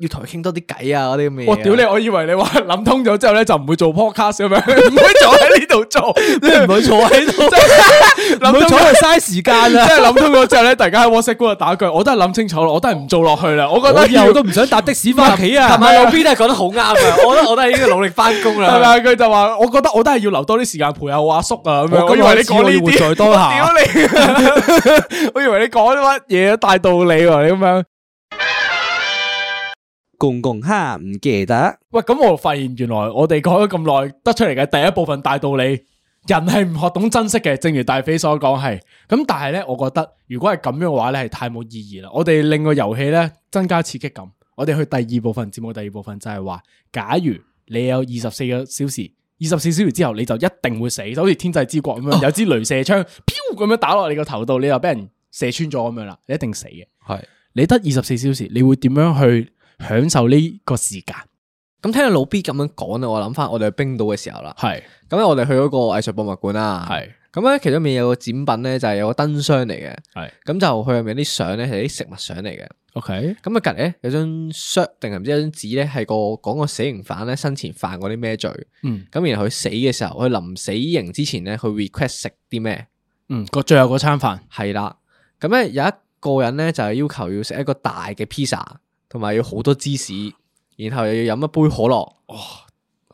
S4: 要同佢傾多啲偈啊，嗰啲咁嘅嘢啊。
S2: 我屌你！我以為你話諗通咗之後咧，就唔會做 podcast 咁樣，唔會坐喺呢度 做，你唔會坐喺度，
S3: 唔
S2: 諗
S3: 好
S2: 通
S3: 坐喺度嘥時間啊
S2: 即
S3: 啦。
S2: 係諗通咗之後咧，突然間喺 WhatsApp 嗰度打句，我都係諗清楚啦，我都係唔做落去啦。我覺
S3: 我
S2: 得
S3: 以後
S2: 要
S3: 都唔想搭的士翻屋企啊！
S4: 琴晚老 B 都係講得好 啱啊！我覺得我都係應該努力翻工
S2: 係
S4: 啦。
S2: 咪？佢就話，我覺得我都係要留多啲時間陪下我阿叔啊咁樣。
S3: 我
S2: 我以
S3: 今
S2: 為
S3: 日
S2: 你
S3: 知我
S2: 講
S3: 要
S2: 呢
S3: 活
S2: 啲，
S3: 在當下。
S2: 屌你！ 我以為你講啲乜嘢大道理喎？你咁樣。
S3: 公公哈唔記得。
S2: 喂，咁我發現原來我哋講咗咁耐，得出嚟嘅第一部分大道理，人係唔學懂珍惜嘅，正如大飛所講係。咁但係咧，我覺得如果係咁樣嘅話咧，係太冇意義啦。我哋令個遊戲咧增加刺激感。我哋去第二部分節目，第二部分就係話，假如你有二十四個小時。二十四小時之後你就一定會死，就好似天際之國咁樣，有支雷射槍，飄咁樣打落你個頭度，你就俾人射穿咗咁樣啦，你一定死嘅。
S3: 係
S2: 你得二十四小時，你會點樣去享受呢個時間？
S4: 咁聽到老 B 咁樣講啊，我諗翻我哋去冰島嘅時候啦。
S2: 係
S4: 咁咧，我哋去嗰個藝術博物館啦。啊
S2: 係。
S4: 咁咧，其中面有個展品咧，就係有個燈箱嚟嘅，
S2: 係
S4: 咁就佢入面啲相咧係啲食物相嚟嘅。
S2: ，OK，
S4: 咁啊，隔離咧有張 shirt 定係唔知有張紙咧，係個講個死刑犯咧生前犯過啲咩罪。
S2: 嗯
S4: 咁然後佢死嘅時候，佢臨死刑之前咧，佢 request 食啲咩？
S2: 嗯，個最後嗰餐飯
S4: 係啦，咁咧有一個人咧就係要求要食一個大嘅 pizza，同埋要好多芝士，然後又要飲一杯可樂。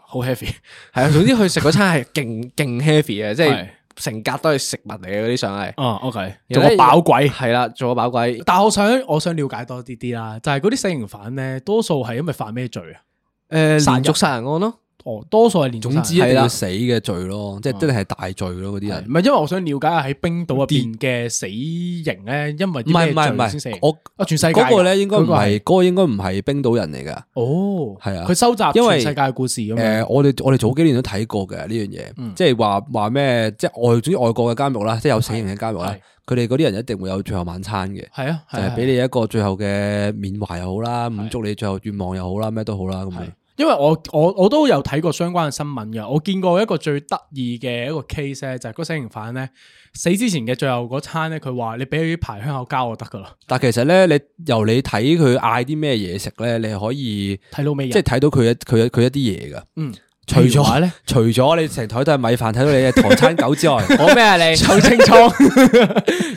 S2: 好 heavy，
S4: 係啊，總之佢食嗰餐係勁 勁 heavy 啊嘅，即係
S2: 係
S4: 成格都係食物嚟嘅嗰啲相係。
S2: 哦，OK，
S4: 然
S2: 做
S4: 後
S2: 個
S4: 咧
S2: 飽鬼。
S4: 係啦，做個飽鬼。
S2: 但我想我想了解多啲啲啦，就係嗰啲死刑犯咧，多數係因為犯咩罪啊？
S4: 诶，
S2: 殺
S4: 连
S2: 人
S4: 续杀人案咯，
S2: 哦，多數係啊連續
S3: 总之一
S2: 殺
S3: 定
S2: 人
S4: 係啦
S3: 要死嘅罪咯，即系真系大罪咯，嗰啲
S2: 係
S3: 人
S2: 唔。係因為我想了解下喺冰島入邊嘅死刑咧，因為
S3: 唔
S2: 啲
S3: 係
S2: 咩
S3: 唔係唔
S2: 罪先死
S3: 係，？我
S2: 啊，全世界
S3: 嗰個咧
S2: 㗎
S3: 應該唔
S2: 嗰個
S3: 係，嗰個應該唔係冰島人嚟㗎。
S2: 哦，
S3: 係啊
S2: 佢收集
S3: 因為
S2: 全世界嘅故事咁樣。
S3: 誒，我哋我哋早幾年都睇過嘅呢樣
S2: 嗯
S3: 嘢，即係話話咩，即係外總之外國嘅監獄啦，即係有死刑嘅監獄啦，佢哋嗰啲人一定會有最後晚餐嘅，
S2: 係啊，
S3: 就
S2: 係啊
S3: 係俾你一個最後嘅緬懷又好啦，滿足你最後願望又好啦，咩都好啦咁樣。
S2: 因為我我我都有睇過相關嘅新聞嘅，我見過一個最得意嘅一個 case 咧，就係嗰死刑犯咧死之前嘅最後嗰餐咧，佢話你俾佢排香口膠就得噶啦，
S3: 但其實咧，你由你睇佢嗌啲咩嘢食咧，你係可以
S2: 睇到尾人
S3: 即係睇到佢一佢一佢一啲嘢㗎。
S2: 哎嗯，
S3: 除
S2: 譬如話
S3: 咗
S2: 咧，
S3: 除咗你成台都係米飯，睇到你嘅唐餐狗 之外，
S4: 我咩啊你？
S2: 好清楚，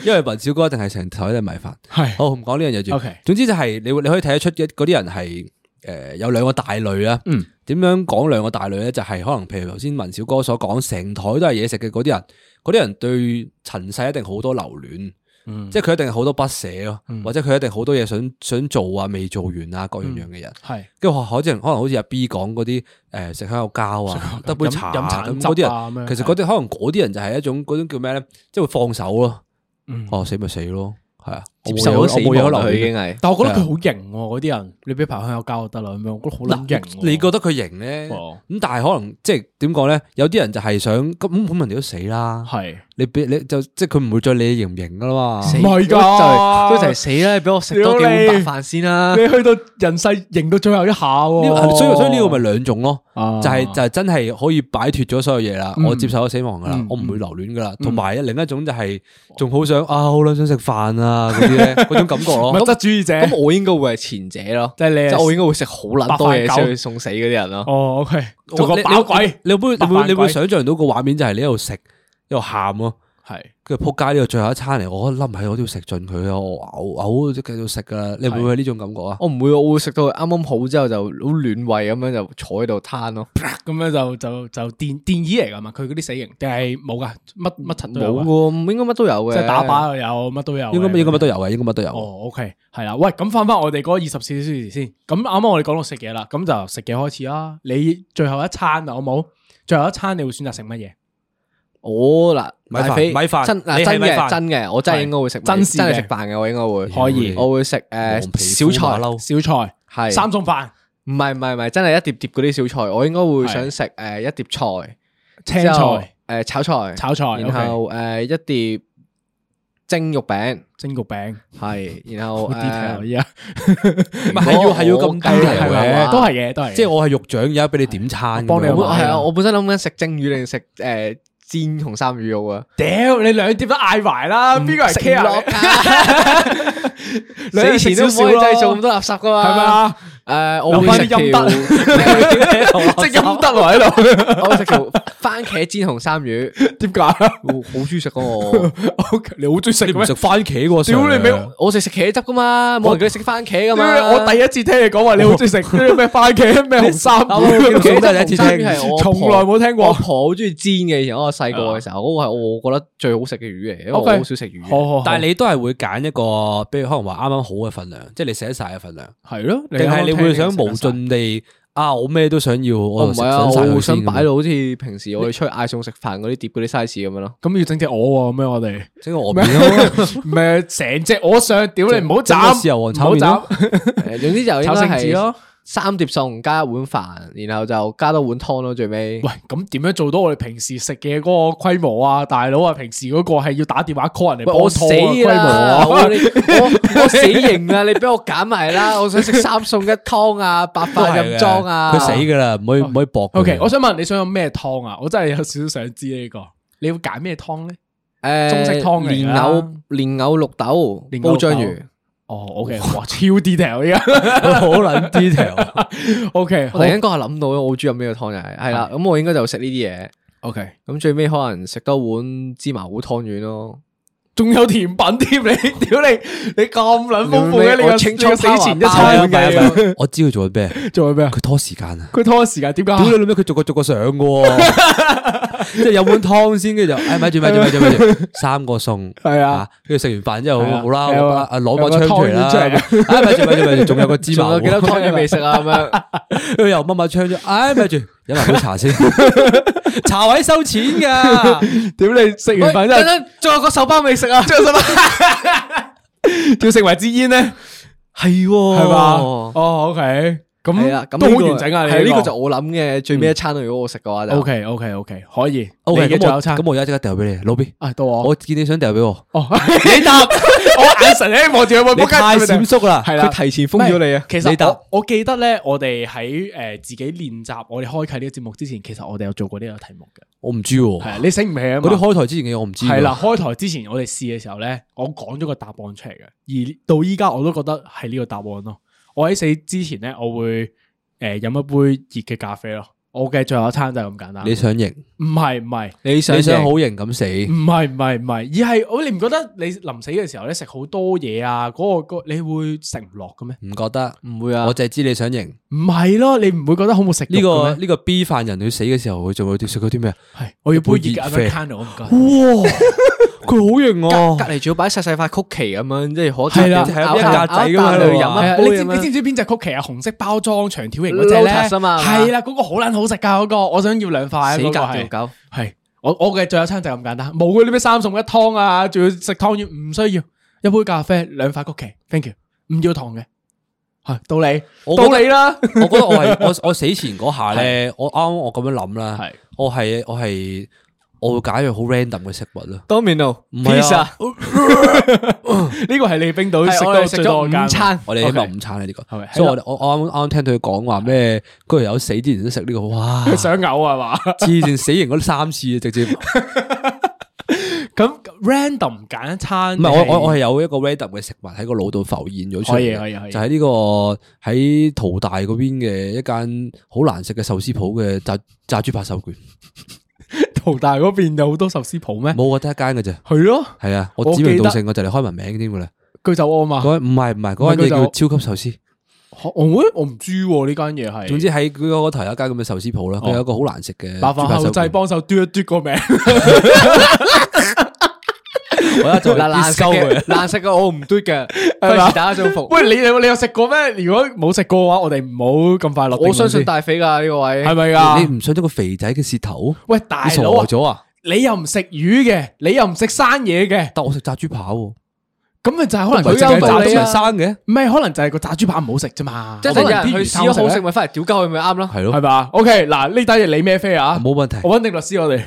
S3: 因為文小哥一定係成台都係米飯。
S2: 係
S3: 好，唔講呢樣嘢住。
S2: OK
S3: 總之就係你會你可以睇得出一嗰啲人係诶、呃有兩個大類啦。
S2: 嗯，
S3: 点样讲两个大類咧？就係可能譬如頭先文小哥所講，成台都係嘢食嘅嗰啲人，嗰啲人對塵世一定好多留戀，
S2: 嗯
S3: 即係佢一定好多不捨咯，
S2: 嗯
S3: 或者佢一定好多嘢想想做啊，未做完啊，各樣樣嘅人。
S2: 係
S3: 跟住可能可能好似阿 B 講嗰啲誒食香口膠啊，得杯茶啊
S2: 飲茶
S3: 咁
S2: 汁
S3: 嗰
S2: 啊
S3: 啲
S2: 咁
S3: 人，
S2: 樣
S3: 其實嗰啲可能嗰啲人就係一種嗰種叫咩咧，即係會放手咯，
S2: 嗯
S3: 哦死咪死咯，係啊，我
S4: 接
S3: 冇
S4: 受
S3: 有
S4: 咗
S3: 我
S4: 死
S3: 冇有留
S4: 亡啦，佢已
S3: 戀
S4: 經係。
S2: 但我覺得佢好型喎，嗰啲人你俾排香口膠就得啦，咁樣我覺得好撚型喎。
S3: 你覺得佢型咧？
S2: 哦
S3: 咁但係可能即係點講咧？有啲人就係想咁咁人哋都死啦，
S2: 係
S3: 你俾你就即係佢唔會再理你型唔型噶啦嘛。
S4: 死
S2: 唔係㗎
S4: 都就係都就係死啦！你俾我食多幾
S2: 屌
S4: 碗
S2: 你
S4: 白飯先啦。
S2: 你去到人世型到最後一下
S3: 呢
S2: 喎，
S3: 個所以所以呢個咪兩種咯，
S2: 哦啊
S3: 就係就係真係可以擺脱咗所有嘢啦，
S2: 嗯
S3: 我接受咗死亡噶啦
S2: 嗯，
S3: 我唔會留戀噶啦，同埋另一種就係仲好想啊，好撚想食飯啊嗰啲 咧，嗰種感覺咯。
S2: 物質主義者。
S4: 咁我應該會係前者咯，
S2: 即係你係
S4: 即係我應該會食好撚多嘢
S2: 白飯狗
S4: 先去送死嗰啲人咯。
S2: 哦，OK，
S3: 我
S2: 做個
S3: 你
S2: 飽鬼
S3: 你你會你
S2: 白飯
S3: 會你會
S2: 鬼
S3: 想象到個畫面就係你喺度食，喺度喊咯。
S2: 係。
S3: 佢仆街呢個最後一餐嚟，我一冧喺我都要食盡佢啊！我嘔嘔即係繼續食噶啦，你會唔會係呢種感覺啊？
S4: 我唔會，我會食到佢啱啱好之後就好暖胃咁樣就坐喺度攤咯。
S2: 咁樣就就就電電椅嚟噶嘛？佢嗰啲死刑定係冇噶，乜乜柒都有㗎
S4: 嗯冇喎，應該乜都有嘅。
S2: 即係打靶又有，乜都有嘅。
S3: 應該應該乜都有嘅，應該乜都有。
S2: 哦，OK，係啦。喂，咁翻翻我哋嗰二十四小時先。咁啱啱我哋講到食嘢啦，咁就食嘢開始啦。你最後一餐啊啦，好冇？最後一餐你會選擇食乜嘢？
S4: 我嗱，
S3: 米飯
S4: 大飛
S3: 米飯
S4: 真
S3: 你
S4: 嗱
S3: 係
S4: 真
S3: 米飯
S4: 嘅真嘅，我真
S2: 係
S4: 係應該會食米
S2: 真事嘅
S4: 真係食飯嘅，我應該會
S2: 可以
S4: 我會食誒
S3: 黃皮
S4: 小
S3: 膚馬
S4: 菜
S3: 騮
S2: 小菜
S4: 係
S2: 三餸飯，
S4: 唔係唔係唔係，真係一碟碟嗰啲小菜，我應該會想
S2: 係
S4: 食誒一碟菜，
S2: 青
S4: 之後
S2: 菜、
S4: 誒炒菜，
S2: 炒菜，
S4: 然
S2: OK，
S4: 後誒一碟蒸肉餅，
S2: 蒸焗餅，
S4: 係，然後
S2: 好 detail
S4: 誒
S2: 依家，
S3: 唔係係要係要咁低
S4: 係
S3: 嘅
S2: 係咪
S3: 話
S4: 뭐
S2: 啊都係嘅，都係嘅。
S3: 即係我係肉長，而家俾你點餐咁樣，
S2: 幫你
S4: 我
S2: 買
S4: 係
S2: 啊
S4: 啊，我本身諗緊食蒸魚定食誒煎紅衫魚肉啊，
S2: 屌你兩碟都嗌埋啦，邊個係
S4: 嗯食唔
S2: care
S4: 落啊
S2: 你？
S4: 死前都唔可以製造咁多垃圾噶嘛，
S2: 係咪啊？
S4: 誒，我會
S2: 留返
S4: 食
S2: 啲
S4: 條，
S2: 陰德
S4: 即
S2: 即係陰德喎喺度。
S4: 我會食條番茄煎紅衫魚，
S2: 点解啊
S4: 我好中意食噶我。
S2: ？OK，你好中意食
S3: 你
S2: 咩
S3: 唔食？番茄喎，
S2: 屌
S4: 네.
S2: 你咪
S3: Sir
S4: 我食食茄汁噶嘛，冇人叫你食番茄噶
S3: 啊
S4: 嘛。
S2: 我第一次聽你講話你好中 意食啲咩番茄、咩紅衫
S4: 아, 뭐
S3: 我
S2: 魚，
S3: 見到真係第一次聽
S4: 어,
S2: 從來冇聽過
S4: 我婆好中意煎嘅，以前我細個嘅時候，嗰個係我覺得最好食嘅魚嚟，因為我
S2: OK
S4: 好少食魚。
S2: 好好，
S3: 但係你都係會揀一個，比如可能話啱啱好嘅份量，即係你寫晒嘅份量，
S2: 係咯，
S3: 定係你會想無
S2: 啱啱聽你食得晒？
S3: 盡地啊？我咩都想要，
S4: 我
S3: 我
S4: 唔
S3: 食
S4: 係啊，
S3: 想晒
S4: 我會
S3: 佢
S4: 想
S3: 先
S4: 擺
S3: 咁樣。
S4: 到好似平時我哋出去嗌餸食飯嗰啲碟嗰啲 size 咁樣咯。
S2: 咁要整隻鵝喎，咁樣 我哋
S3: 整個鵝面 咯，
S2: 唔係成隻鵝上，屌你唔好
S3: 整
S2: 斬，
S3: 個豉油王炒麵
S2: 唔好
S3: 咯
S2: 斬，
S4: 誒總之就應
S2: 炒
S4: 該
S2: 聖子
S4: 係
S2: 咯。
S4: 三碟餸加一碗飯，然後就加多碗湯咯，最 尾。
S2: 喂，咁點樣做到我哋平時食嘅嗰個規模啊？大佬啊，平時嗰個係要打電話 call 人嚟
S4: 喂，
S2: 幫
S4: 我死
S2: 拖嘅規模
S4: 啦！
S2: 啊？
S4: 我我我死刑啊！你俾我揀埋啦，我想食三餸一湯啊，白
S3: 都
S4: 飯
S3: 係
S4: 任
S3: 嘅
S4: 裝啊。
S3: 佢死噶啦，唔可以唔可以搏佢。
S2: O K，我想問你想飲咩湯啊？我真係有少少想知呢個。你會揀咩湯咧？
S4: 诶，
S2: 中式湯嚟㗎
S4: 莲藕蓮藕綠豆
S2: 蓮藕
S4: 煲
S2: 綠豆
S4: 章魚，
S2: 哦，OK，哇，超 detail 依家
S3: 好捻 detail。啊
S2: ，OK，好
S4: 我突然間嗰下諗到，我好中意飲呢個湯就係，係啦，咁我應該就食呢啲嘢，
S2: ，OK，
S4: 咁最尾可能食多碗芝麻糊湯圓咯。
S2: 仲有甜品添，你屌你，你咁撚豐富嘅
S4: 你
S2: 你個
S4: 我清
S2: 你個死
S4: 倉
S2: 前一
S4: 包啊
S2: 餐
S4: 包啊包啊
S2: 嘅，
S3: 我知佢做緊咩，
S2: 做咩啊？
S3: 佢拖時間啊！
S2: 佢拖時間點解？
S3: 屌你老味，佢逐個逐個上嘅喎，即係有碗湯先，跟住就，哎，咪住咪住咪住咪住，三個餸，
S2: 係啊
S3: 啊，跟住食完飯之後
S2: 係啊
S3: 好啦，
S2: 係啊
S3: 我啊攞把
S2: 有個
S3: 槍出嚟啦，
S2: 湯圓出
S3: 哎，咪住咪住咪住，仲有個芝麻
S4: 仲
S3: 糊
S4: 有，幾多湯圓未食啊？咁樣
S3: 跟住又掹把槍咗，哎，咪住，飲埋杯茶 先，茶位收錢㗎，
S2: 屌你食完
S4: 喂，
S2: 飯
S4: 等
S2: 真係
S4: 等，仲有個手包未食啊？仲有手包
S2: 要食埋支煙咧，
S4: 係嗯喎，
S2: 係嘛？哦，OK，
S4: 係啦，咁
S2: 咁都好完整啊！
S4: 係
S2: 你
S4: 呢
S2: 個
S4: 個就我諗嘅最尾一餐，如果我食嘅話就
S2: OK OK OK，可以。
S3: OK，
S2: 你嘅
S3: 咁
S2: 最後
S3: 我
S2: 一餐
S3: 咁我而家即刻掉俾你，老 B，
S2: 啊，到我
S3: 我見你想掉俾我，
S2: 哦，你答， 我眼神咧望住佢，喂
S3: 你太閃縮啦，
S2: 係啦
S4: 佢提前封咗你啊！
S2: 其
S3: 你
S2: 實
S3: 答
S2: 我我記得咧，我哋喺誒自己練習，我哋開啟呢個節目之前，其實我哋有做過呢個題目嘅。
S3: 我唔知喎，
S2: 係啊你醒唔起啊嘛？
S3: 嗰啲開台之前嘅嘢我唔知喎，
S2: 係啦，開台之前我哋試嘅時候咧，我講咗個答案出嚟嘅，而到依家我都覺得係呢個答案咯。我喺死之前咧，我會誒飲、一杯熱嘅咖啡咯。我嘅最後一餐就係咁簡單。
S3: 你想贏，
S2: 唔係唔係
S4: 你
S3: 你
S4: 想
S3: 想
S4: 想
S3: 好
S4: 好，
S3: 型咁
S2: 唔
S3: 死，
S2: 係唔係唔係，而係哦我你唔覺得你臨死嘅時候咧食好多嘢啊？嗰、個、嗰你會食唔落嘅咩？
S3: 唔覺得，
S4: 唔會啊
S3: 我淨係知你想贏。
S2: 唔係咯，你唔會覺得好冇食
S3: 呢
S2: 個
S3: 個呢個 B 犯人佢死嘅時候，佢仲會食到啲咩？
S2: 係我要杯熱
S3: 杯
S2: 嘅
S3: 熱啡
S2: Americano，我唔該。
S3: 哇，佢好
S4: 隔！離仲要擺細細塊曲奇咁樣，即係可
S2: 係啦
S4: 咬
S3: 哦係一格仔咁樣喺
S4: 咬一啖
S3: 度
S4: 去
S2: 係啊，
S4: 飲
S2: 你
S4: 一
S2: 知
S4: 杯咁
S2: 你
S4: 樣
S2: 知唔知邊只曲奇啊？紅色包裝長條形嗰只咧，
S4: Lotus 啊嘛
S2: 係啦，嗰個好撚好食㗎嗰個，我想要兩塊啊。
S4: 死
S2: 嗰個
S4: 格
S2: 係
S4: 條狗，
S2: 係我我嘅最後一餐就咁簡單，冇嗰啲咩三餸一湯啊，仲要食湯圓，唔需要一杯咖啡兩塊曲奇，thank you，唔要糖嘅，係到你，
S3: 我
S2: 到
S3: 覺得
S2: 你啦，
S3: 我覺得我係我我死前嗰下咧，我啱啱我咁樣諗啦
S2: 係，
S3: 我係我係我會揀一樣好 random 嘅食物咯。
S4: Domino
S3: 唔係啊
S4: pizza，
S2: 呢個係你冰島
S4: 係
S2: 食
S4: 我
S2: 到
S4: 哋食
S2: 最多
S4: 咗
S2: 嘅間
S4: 午餐，
S3: 我哋起碼午餐咧呢個
S2: 係咪，
S3: 所以我哋我我啱啱聽到佢講話咩，嗰條友死之前都食呢個， 哇！
S2: 佢想嘔啊嘛？
S3: 之前死刑嗰三次啊直 接，唔
S2: 咁 random 揀一餐，
S3: 係我我我係有一個 random 嘅食物喺個腦度浮現咗出
S2: 可以
S3: 嚟
S2: 可以可以
S3: 嘅，就喺呢個喺淘大嗰邊嘅一間好難食嘅壽司鋪嘅炸炸豬扒手 卷。
S2: 淘大嗰邊有好多壽司鋪咩？
S3: 冇，我得一間嘅啫。
S2: 係咯，
S3: 係啊，
S2: 我
S3: 我指名
S2: 記得
S3: 道姓，我就嚟開埋名添噶啦。
S2: 居酒屋啊嘛。
S3: 嗰間唔係唔係嗰間嘢
S2: 唔係
S3: 叫
S2: 佢
S3: 超級壽司。
S2: 我我我唔知喎呢間嘢係，
S3: 總之喺佢嗰台有一間咁嘅壽司鋪啦，佢有一個好難食嘅
S2: 麻煩
S3: 豬扒
S2: 後
S3: 手
S2: 製
S3: 卷。
S2: 幫手嘟一嘟個名，
S3: 我一做
S4: 嗱難食
S3: disco
S4: 嘅
S3: 佢，
S4: 難食嘅我唔嘟嘅，
S2: 係
S4: 費
S2: 嘛
S4: 事打咗服。
S2: 喂，你有你有食過咩？如果冇食過嘅話，我哋唔好咁快落定論先。
S4: 我相信大肥噶呢個位
S2: 係，咪噶？
S3: 你唔想咗個肥仔嘅舌頭？
S2: 喂，大
S3: 你傻
S2: 佬啊，
S3: 咗啊！
S2: 你又唔食魚嘅，你又唔食生嘢嘅，
S3: 但我食炸豬扒喎，
S2: 咁咪就係可能
S3: 佢
S2: 佢
S3: 有
S2: 有
S3: 炸
S2: 炸
S3: 都
S4: 理
S3: 唔
S4: 啊
S3: 係
S2: 豬扒，
S3: 生嘅，
S2: 唔係可能就係個炸豬扒唔好食啫嘛。
S4: 即係
S2: 可能
S4: 有人
S2: 啲
S4: 去
S2: 魚
S4: 試
S2: 生
S4: 咗好食
S2: 咧
S4: 咪翻嚟屌鳩佢咪啱咯。
S3: 係
S2: 係
S3: 咯，
S2: 嘛？OK，嗱呢單嘢你咩飛啊？
S3: 冇問題。
S2: 我穩定律師我哋。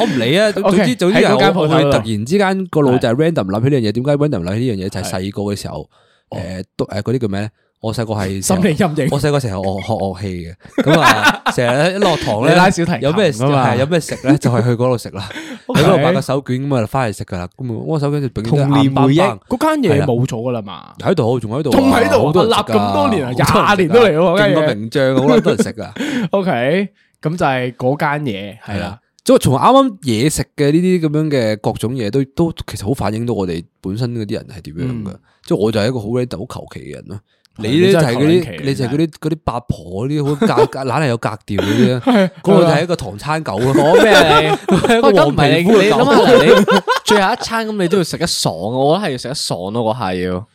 S3: 我唔理啊，總 總
S2: OK，
S3: 之總之
S2: 喺嗰
S3: 係
S2: 間
S3: 我
S2: 鋪
S3: 我
S2: 頭
S3: 會
S2: 度
S3: 突然之間個腦就係 random 諗起呢樣嘢，點解 random 諗起呢樣嘢就係細個嘅時候，誒都誒嗰啲叫咩咧？我細個係成日
S2: 哦心理陰影
S3: 我細個成日學學樂器嘅，咁 啊成日一落堂咧
S2: 你拉小提琴啊
S3: 有咩
S2: 㗎嘛
S3: 係有咩食咧就係去嗰度食啦， 喺嗰度擺個手卷咁啊翻嚟食噶啦，咁我手卷就永遠都硬邦邦
S2: 嗰間
S3: 係
S2: 嘢
S3: 啦
S2: 冇咗噶啦嘛。
S3: 喺度仲喺度啊，
S2: 仲喺度啊
S3: 好多人食㗎
S2: 立咁多年啊
S3: 好多人食㗎
S2: 廿年都嚟
S3: 勁
S2: 喎嗰間嘢
S3: 到名將啊，好多人食 噶。
S2: OK，咁就係嗰間嘢係
S3: 係
S2: 啦
S3: 啦。。即係從啱啱嘢食嘅呢啲咁樣嘅各種嘢，都都其實好反映到我哋本身嗰啲人係點樣嘅。即係我就係一個好 random 好求其嘅人咯。
S2: 嗯係
S3: 你咧就係嗰
S2: 你真係求撚
S3: 啲，
S2: 其
S3: 你就係嗰啲嗰啲八婆嗰啲好格格，懶係有格調嗰啲 咧。
S2: 啊
S3: 嗰個就係一個唐餐狗咯。
S4: 講咩 啊
S3: 係
S4: 你？
S3: 一
S4: 我覺
S3: 個
S4: 得唔
S3: 黃皮
S4: 係你，
S3: 膚
S4: 你
S3: 嘅狗。
S4: 諗下你最後一餐咁，你都要食得爽啊！我覺得係要食得爽咯，嗰下要。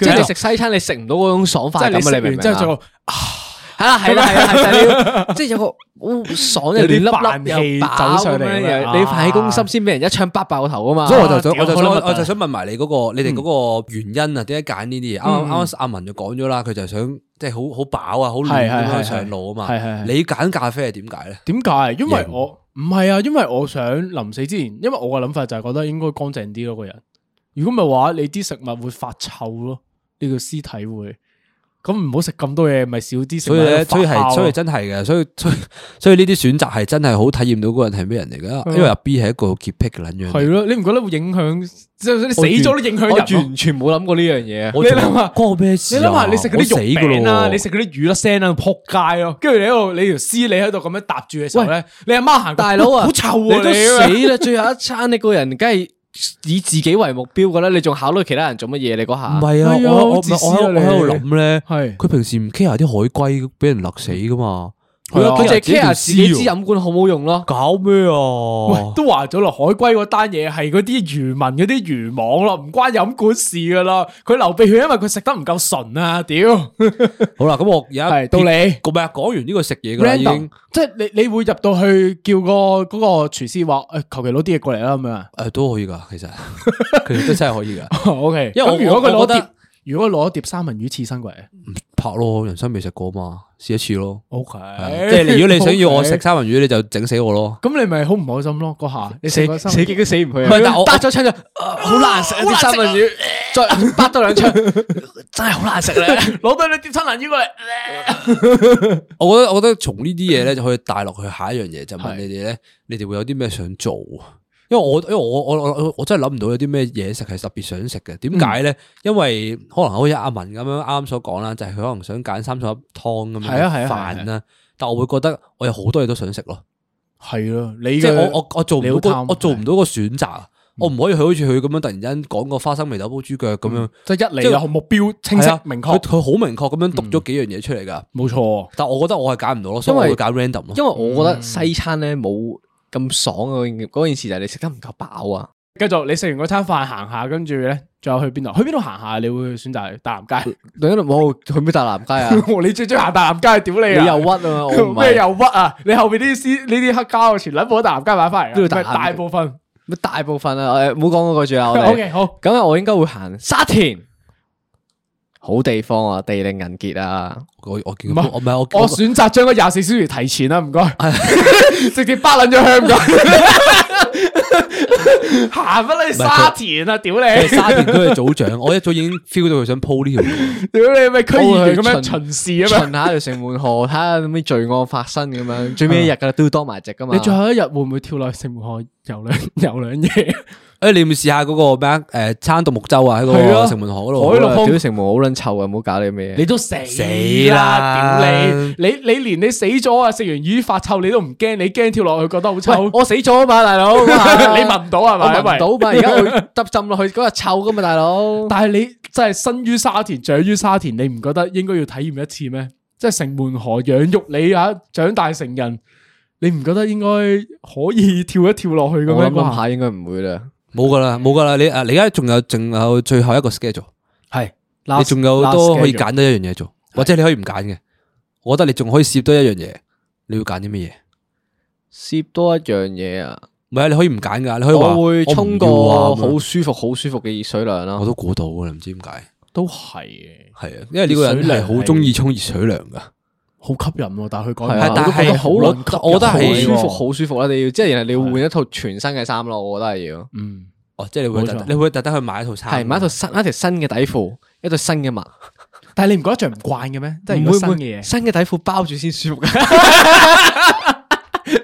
S4: 即係你食西餐，你食唔到嗰種爽
S2: 即係
S4: 快感
S2: 你
S4: 啊！
S2: 食
S4: 你明唔
S2: 完
S4: 明
S2: 之後
S4: 啊？
S2: 就
S4: 係啦係啦係啦係啦你要，即係有個好爽又
S2: 有啲
S4: 亂粒
S2: 飯氣
S4: 粒又飽
S2: 走上嚟
S4: 咁樣
S2: 啦
S4: 又
S2: 啊
S4: 你飯氣攻心先俾人一槍八爆個頭啊嘛！
S3: 所以我就想，
S2: 屌
S3: 我就想，
S2: 好撚核突
S3: 我就想問埋你嗰個，你哋嗰個原因啊，點解揀呢啲嘢？
S2: 嗯
S3: 啱啱啱啱阿文就講咗啦，佢就想即係好好飽啊，好亂
S2: 係係
S3: 咁樣
S2: 係
S3: 上路啊
S2: 係係
S3: 嘛。
S2: 係
S3: 你揀咖啡係點解咧？
S2: 點解？因為
S3: 型
S2: 我唔係啊，因為我想臨死之前，因為我嘅諗法就係覺得應該乾淨啲咯，個人。如果唔係話，你啲食物會發臭咯，你個屍體會。咁唔好食咁多嘢，咪少啲食
S3: 所
S2: 物
S3: 以咧，
S2: 喺度
S3: 所以
S2: 發酵
S3: 係，
S2: 咯。
S3: 所以真係嘅，所以所以 所以呢啲選擇係真係好體驗到嗰個人係咩人嚟嘅，
S2: 嗯
S3: 因為阿 B 係一個好潔癖嘅撚樣嚟。
S2: 系咯，你唔覺得會影響？即係你死咗都影響
S4: 我
S2: 人咯。
S4: 完全冇諗過呢樣嘢。
S3: 我
S2: 你
S3: 仲
S2: 諗下
S3: 關我咩事
S2: 你
S3: 啊？
S2: 諗下，你食嗰啲
S3: 我
S2: 肉
S3: 死㗎
S2: 餅啦，
S3: 咯
S2: 你食嗰啲魚粒聲喺度撲街咯，跟住你喺度，你條絲你喺度咁樣搭住嘅時候咧，你阿媽行過
S4: 大佬啊，
S2: 好臭
S4: 你
S2: 啊！
S4: 都
S2: 你
S4: 死啦！最後一餐，你個人梗係以自己為目標噶啦，你仲考慮其他人做乜嘢？你嗰
S3: 唔
S4: 下
S3: 係啊，
S2: 係啊
S3: 我我
S2: 好
S3: 我
S2: 自私啊
S3: 喺我
S2: 你
S3: 喺度諗咧，
S2: 係
S3: 佢平時唔 care 啲海龜俾人勒死噶嘛，
S2: 係啊
S4: 佢就係 care
S3: 條
S4: 自己
S3: 絲
S4: 支
S3: 喎
S4: 飲管好冇用咯。
S3: 搞咩
S2: 喂
S3: 啊？
S4: 哦
S2: 都話咗啦，海龜嗰單嘢係嗰啲漁民嗰啲漁網咯，唔關飲管事噶啦。佢流鼻血，因為佢食得唔夠純啊！屌，
S3: 好啦，咁我而家
S2: 係到你。
S3: 個咪講完呢個食嘢噶啦，已
S2: random，
S3: 經
S2: 即係你你會入到去叫個嗰個廚師話誒，求其攞啲嘢過嚟啦咁 樣。啊
S3: 誒都可以噶，其 實其實都真係可以噶，
S2: O K，
S3: 因為我
S2: 咁如果佢
S3: 我我
S2: 攞
S3: 覺得
S2: 碟，如果攞碟三文魚刺身過嚟
S3: 拍咯，人生未食過嘛，試一次咯。
S2: ，O K，
S3: 係即 係如果你想要我食，三文魚，你就整死我咯。
S2: 咁你咪好唔開心咯嗰下，你食個三文魚
S4: 極都死唔去啊！
S3: 唔係但我
S4: 搭咗槍就啊好難食啊！啲三文魚， 再八多兩槍，真係好難食咧。
S2: 攞到你碟三文魚過嚟，
S3: 我覺得我覺得從呢啲
S2: 嗯
S3: 嘢咧就可以帶落去下一樣嘢，就問你哋咧，你哋會有啲咩想做？啊因為我因為我我我我真係諗唔到有啲咩嘢食係特別想食嘅。點
S2: 嗯
S3: 解咧？因為可能好似阿文咁樣啱啱所講啦，就係佢可能想揀三餸一湯咁樣
S2: 係啊係啊
S3: 嘅飯啦。但我會覺得我有好多嘢都想食咯，
S2: 係咯，你
S3: 即
S2: 嘅
S3: 係我我我做
S2: 你好
S3: 唔到個
S2: 貪
S3: 我做唔到個選擇
S2: 嗯
S3: 啊！我唔可以佢好似佢咁樣突然間講個花生味豆煲豬腳咁樣。
S2: 即係一嚟
S3: 即係
S2: 有目標嗯清晰
S3: 係啊
S2: 明
S3: 佢
S2: 確，嗯
S3: 佢好明確咁樣讀咗幾樣嘢出嚟噶。
S2: 冇錯。
S3: 但我覺得我係揀唔到咯，所以
S4: 因
S3: 我
S4: 為
S3: 會揀 random 咯。
S4: 因為我覺得西餐咧冇咁爽啊！嗰件事就係你食得唔夠飽啊！
S2: 繼續，你食完嗰餐飯行下，跟住咧，仲有去邊度？去邊度行下？你會選擇大南街？
S4: 你喺度冇去咩大南街啊？
S2: 你最中意行大南街，屌
S4: 你
S2: 你啊！
S4: 又屈 啊！我唔
S2: 咩
S4: 係
S2: 又屈啊？你後邊呢啲絲呢啲黑膠全撚部都大南街買翻嚟㗎，
S4: 都要
S2: 唔係
S4: 大
S2: 大部分。
S4: 乜大部分啊！誒唔好講嗰個住啊！ 我
S2: O K，
S4: 哋
S2: 好。
S4: 咁啊，我應該會行沙田，好地方啊，地靈人傑啊！
S3: 我我見
S2: 唔
S3: 過
S2: 係
S3: 我唔係我
S2: 我選擇將嗰廿四小時提前啦，啊唔該， 直接巴撚咗香港，行翻去沙田啊！屌
S3: 我
S2: 你，
S3: 沙田區嘅組長，我一早已經 feel 到佢想鋪呢條路。
S2: 屌你咪區議員咁
S4: 我會
S2: 樣
S4: 去
S2: 巡視啊嘛！
S4: 巡下條城門河，睇下有咩罪案發生咁樣，最尾一日噶啦，都要當埋值噶嘛。
S2: 你最後一日會唔會跳落去城門河游兩游兩 嘢？
S3: 誒，哎你唔試下嗰個咩啊？誒，撐獨木舟啊，喺
S2: 係
S3: 個
S2: 啊
S3: 城門河
S2: 海
S3: 嗰
S2: 陸
S3: 度。
S2: 空
S4: 屌城門好撚臭啊！唔好搞你咩
S2: 你都死
S3: 死啦
S2: 啦！屌你，你你連你死咗啊，食完魚發臭你都唔驚，你驚跳落去覺得好臭
S4: 喂，。我死咗啊嘛，大佬，你
S2: 你聞唔到係
S4: 我
S2: 咪？因為
S4: 聞到嘛？而家我耷浸落去嗰日臭噶嘛， 大佬。
S2: 但係你真係生於沙田，長於沙田，你唔覺得應該要體驗一次咩？即係城門河養育你啊，長大成人，你唔覺得應該可以跳一跳落去嘅
S4: 我
S2: 咩？
S4: 諗諗
S2: 哇
S4: 下應該唔會啦。
S3: 冇噶啦，冇噶啦，你啊，你而家仲有仲有最後一個 schedule，
S2: 係
S3: 你
S2: last-
S3: 仲有
S2: last
S3: 多可以
S2: schedule
S3: 揀多一樣嘢做，或者你可以唔揀嘅。我覺得你仲可以攝多一樣嘢，你要揀啲乜嘢？
S4: 攝多一樣嘢啊！
S3: 唔係啊，你可以唔揀噶，你可以話
S4: 我會
S3: 唔要啊
S4: 沖個
S3: 咁樣
S4: 好舒服、好舒服嘅熱水涼啦
S3: 我。都估到噶啦，唔知點解。
S2: 都係嘅，
S3: 係啊，因為呢個人係好中意沖熱水涼噶，
S2: 好吸引喎！但係佢講
S4: 係
S2: 完
S4: 啊
S2: 我
S3: 但
S2: 都覺
S3: 係
S2: 得好
S3: 我
S2: 撚吸引
S3: 我覺得
S4: 好
S3: 係
S4: 舒服，好舒服啦！你要即係，然後你要換一套全新嘅衫咯。我覺得係要
S2: 嗯，
S3: 哦，即係你會特
S2: 冇錯
S3: 你會特登去買一套衫，
S4: 係買一套新一條新嘅底褲，一對新嘅襪，
S2: 但係你唔覺得着唔慣嘅咩？即係如
S4: 唔
S2: 果
S4: 會
S2: 新
S4: 唔
S2: 嘅
S4: 會
S2: 嘢，
S4: 新嘅底褲包住先舒服嘅。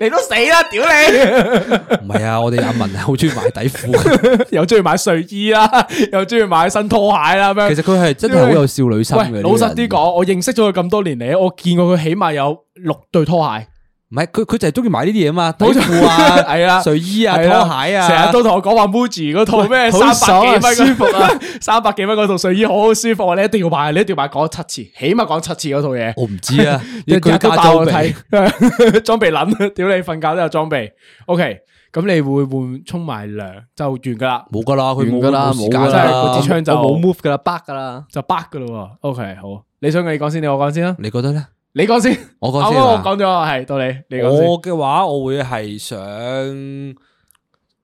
S2: 你都死啦！屌你，
S3: 唔係啊，我哋阿文係好中意買底褲， 啊
S2: 又中意買睡衣啦， 又中意買新拖鞋啦，咁樣
S3: 其實佢係真係好有少女心嘅。呢
S2: 喂，
S3: 個人
S2: 老實啲，講，我認識咗佢咁多年嚟，我見過佢起碼有六對拖鞋。
S3: 唔係佢佢就係中意買呢啲嘢啊嘛，底
S2: 冇錯
S3: 褲啊，
S2: 係啦
S3: 睡衣啊，拖
S2: 係啦
S3: 鞋啊，
S2: 成日都同我講話 Muji 嗰套咩
S4: 好
S2: 三
S4: 爽啊
S2: 百幾蚊舒服啊， 三百幾蚊嗰套睡衣好好舒服啊，你一定要買，你一定要買，講七次，起碼講七次嗰套嘢，
S3: 我唔知 啊，
S2: 日
S3: 要
S2: 日
S3: 佢
S2: 都
S3: 加
S2: 帶
S3: 裝
S2: 我
S3: 備
S2: 睇， 裝備撚，屌你瞓覺都有裝備。OK，咁你會換沖埋涼就完噶啦，
S3: 冇噶啦，佢
S4: 完
S3: 冇
S4: 噶
S3: 冇
S4: 啦，
S3: 時
S4: 冇
S3: 間
S4: 噶
S2: 㗎真係
S4: 啦，
S2: 嗰支槍就
S4: 我冇 move 噶啦，back 噶啦。
S2: 就 b 噶咯。OK，好，你想你講先，你我講先啦，
S3: 你覺得咧？
S2: 你講先，
S3: 我講
S2: 啱
S3: 先
S2: 啱我
S3: 啊
S2: 講咗，係到你，你講先。
S3: 我嘅話，我會係想，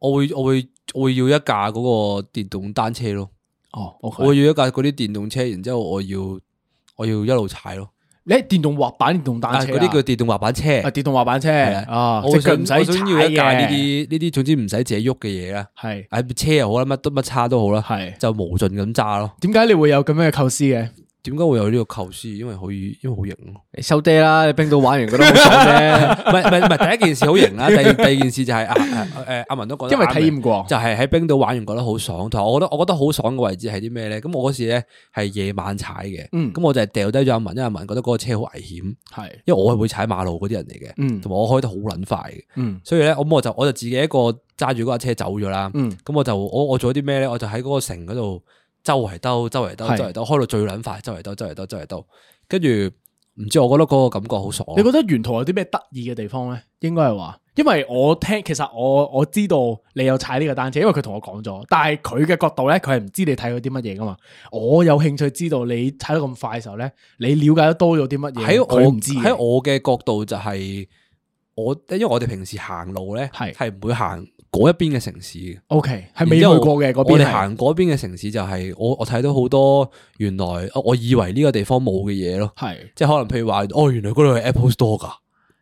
S3: 我會我會我會要一架嗰個電動單車咯，
S2: 哦，OK，
S3: 我會要一架嗰啲電動車，然之後我要我要一路踩咯，
S2: 你喺電動滑板、電動
S3: 啊
S2: 單車
S3: 嗰
S2: 啊
S3: 啲叫電動滑板車。
S2: 啊，電動滑板車
S3: 係
S2: 啊，
S3: 我
S2: 即
S3: 會
S2: 係佢
S3: 想我
S2: 唔使
S3: 想
S2: 踩
S3: 要一架呢
S2: 嘅，
S3: 啲呢啲，總之唔使自己喐嘅嘢啊啦。
S2: 係
S3: 唉，車又好啦，乜都乜叉都好啦，
S2: 係
S3: 就無盡咁揸咯。
S2: 點解你會有咁樣嘅構思嘅？
S3: 點解會有呢個構思？因為可以，因為好型咯。
S4: 你收爹
S3: 啊
S4: 啦！你冰島玩完覺得好爽啫，
S3: 唔係唔係唔係，第一件事好型 啦，第二第二件事就係啊誒阿文都講得啱嘅，
S2: 因為體驗過
S3: 就係喺冰島玩完覺得好爽，同埋我覺得我覺得好爽嘅位置係啲咩咧？咁我嗰時咧係夜晚踩嘅，
S2: 嗯
S3: 咁我就係掉低咗阿文，因為阿文覺得嗰個車好危險，
S2: 係，
S3: 因為我係會踩馬路嗰啲人嚟
S2: 嗯
S3: 嘅，同埋我開得好撚快嘅，
S2: 嗯
S3: 所以咧咁我就我就自己一個揸住嗰架車走咗啦，
S2: 嗯
S3: 咁我就我我做咗啲咩咧？我就喺嗰個城嗰度周圍兜，周圍兜，
S2: 係
S3: 周圍兜，開到最撚快，周圍兜，周圍兜，周圍兜，跟住唔知我覺得嗰個感覺好爽。
S2: 你覺得沿途有啲咩得意嘅地方咧？應該係話，因為我聽其實我我知道你有踩呢個單車，因為佢同我講咗，但係佢嘅角度咧，佢係唔知你睇過啲乜嘢噶嘛。我有興趣知道你踩得咁快嘅時候咧，你了解得多咗啲乜嘢？
S3: 喺
S2: 佢
S3: 我
S2: 唔知嘅
S3: 喺我嘅角度就係、我，因為我哋平時行路咧
S2: 係
S3: 係唔會行嗰一邊嘅城市嘅，
S2: OK 係
S3: 然
S2: 未去
S3: 之後
S2: 過嘅嗰邊係，
S3: 我哋行嗰邊嘅城市就係、我我睇到好多原來我我以為呢個地方冇嘅嘢咯，
S2: 係
S3: 即係可能譬如話哦，原來嗰度係 Apple Store 噶。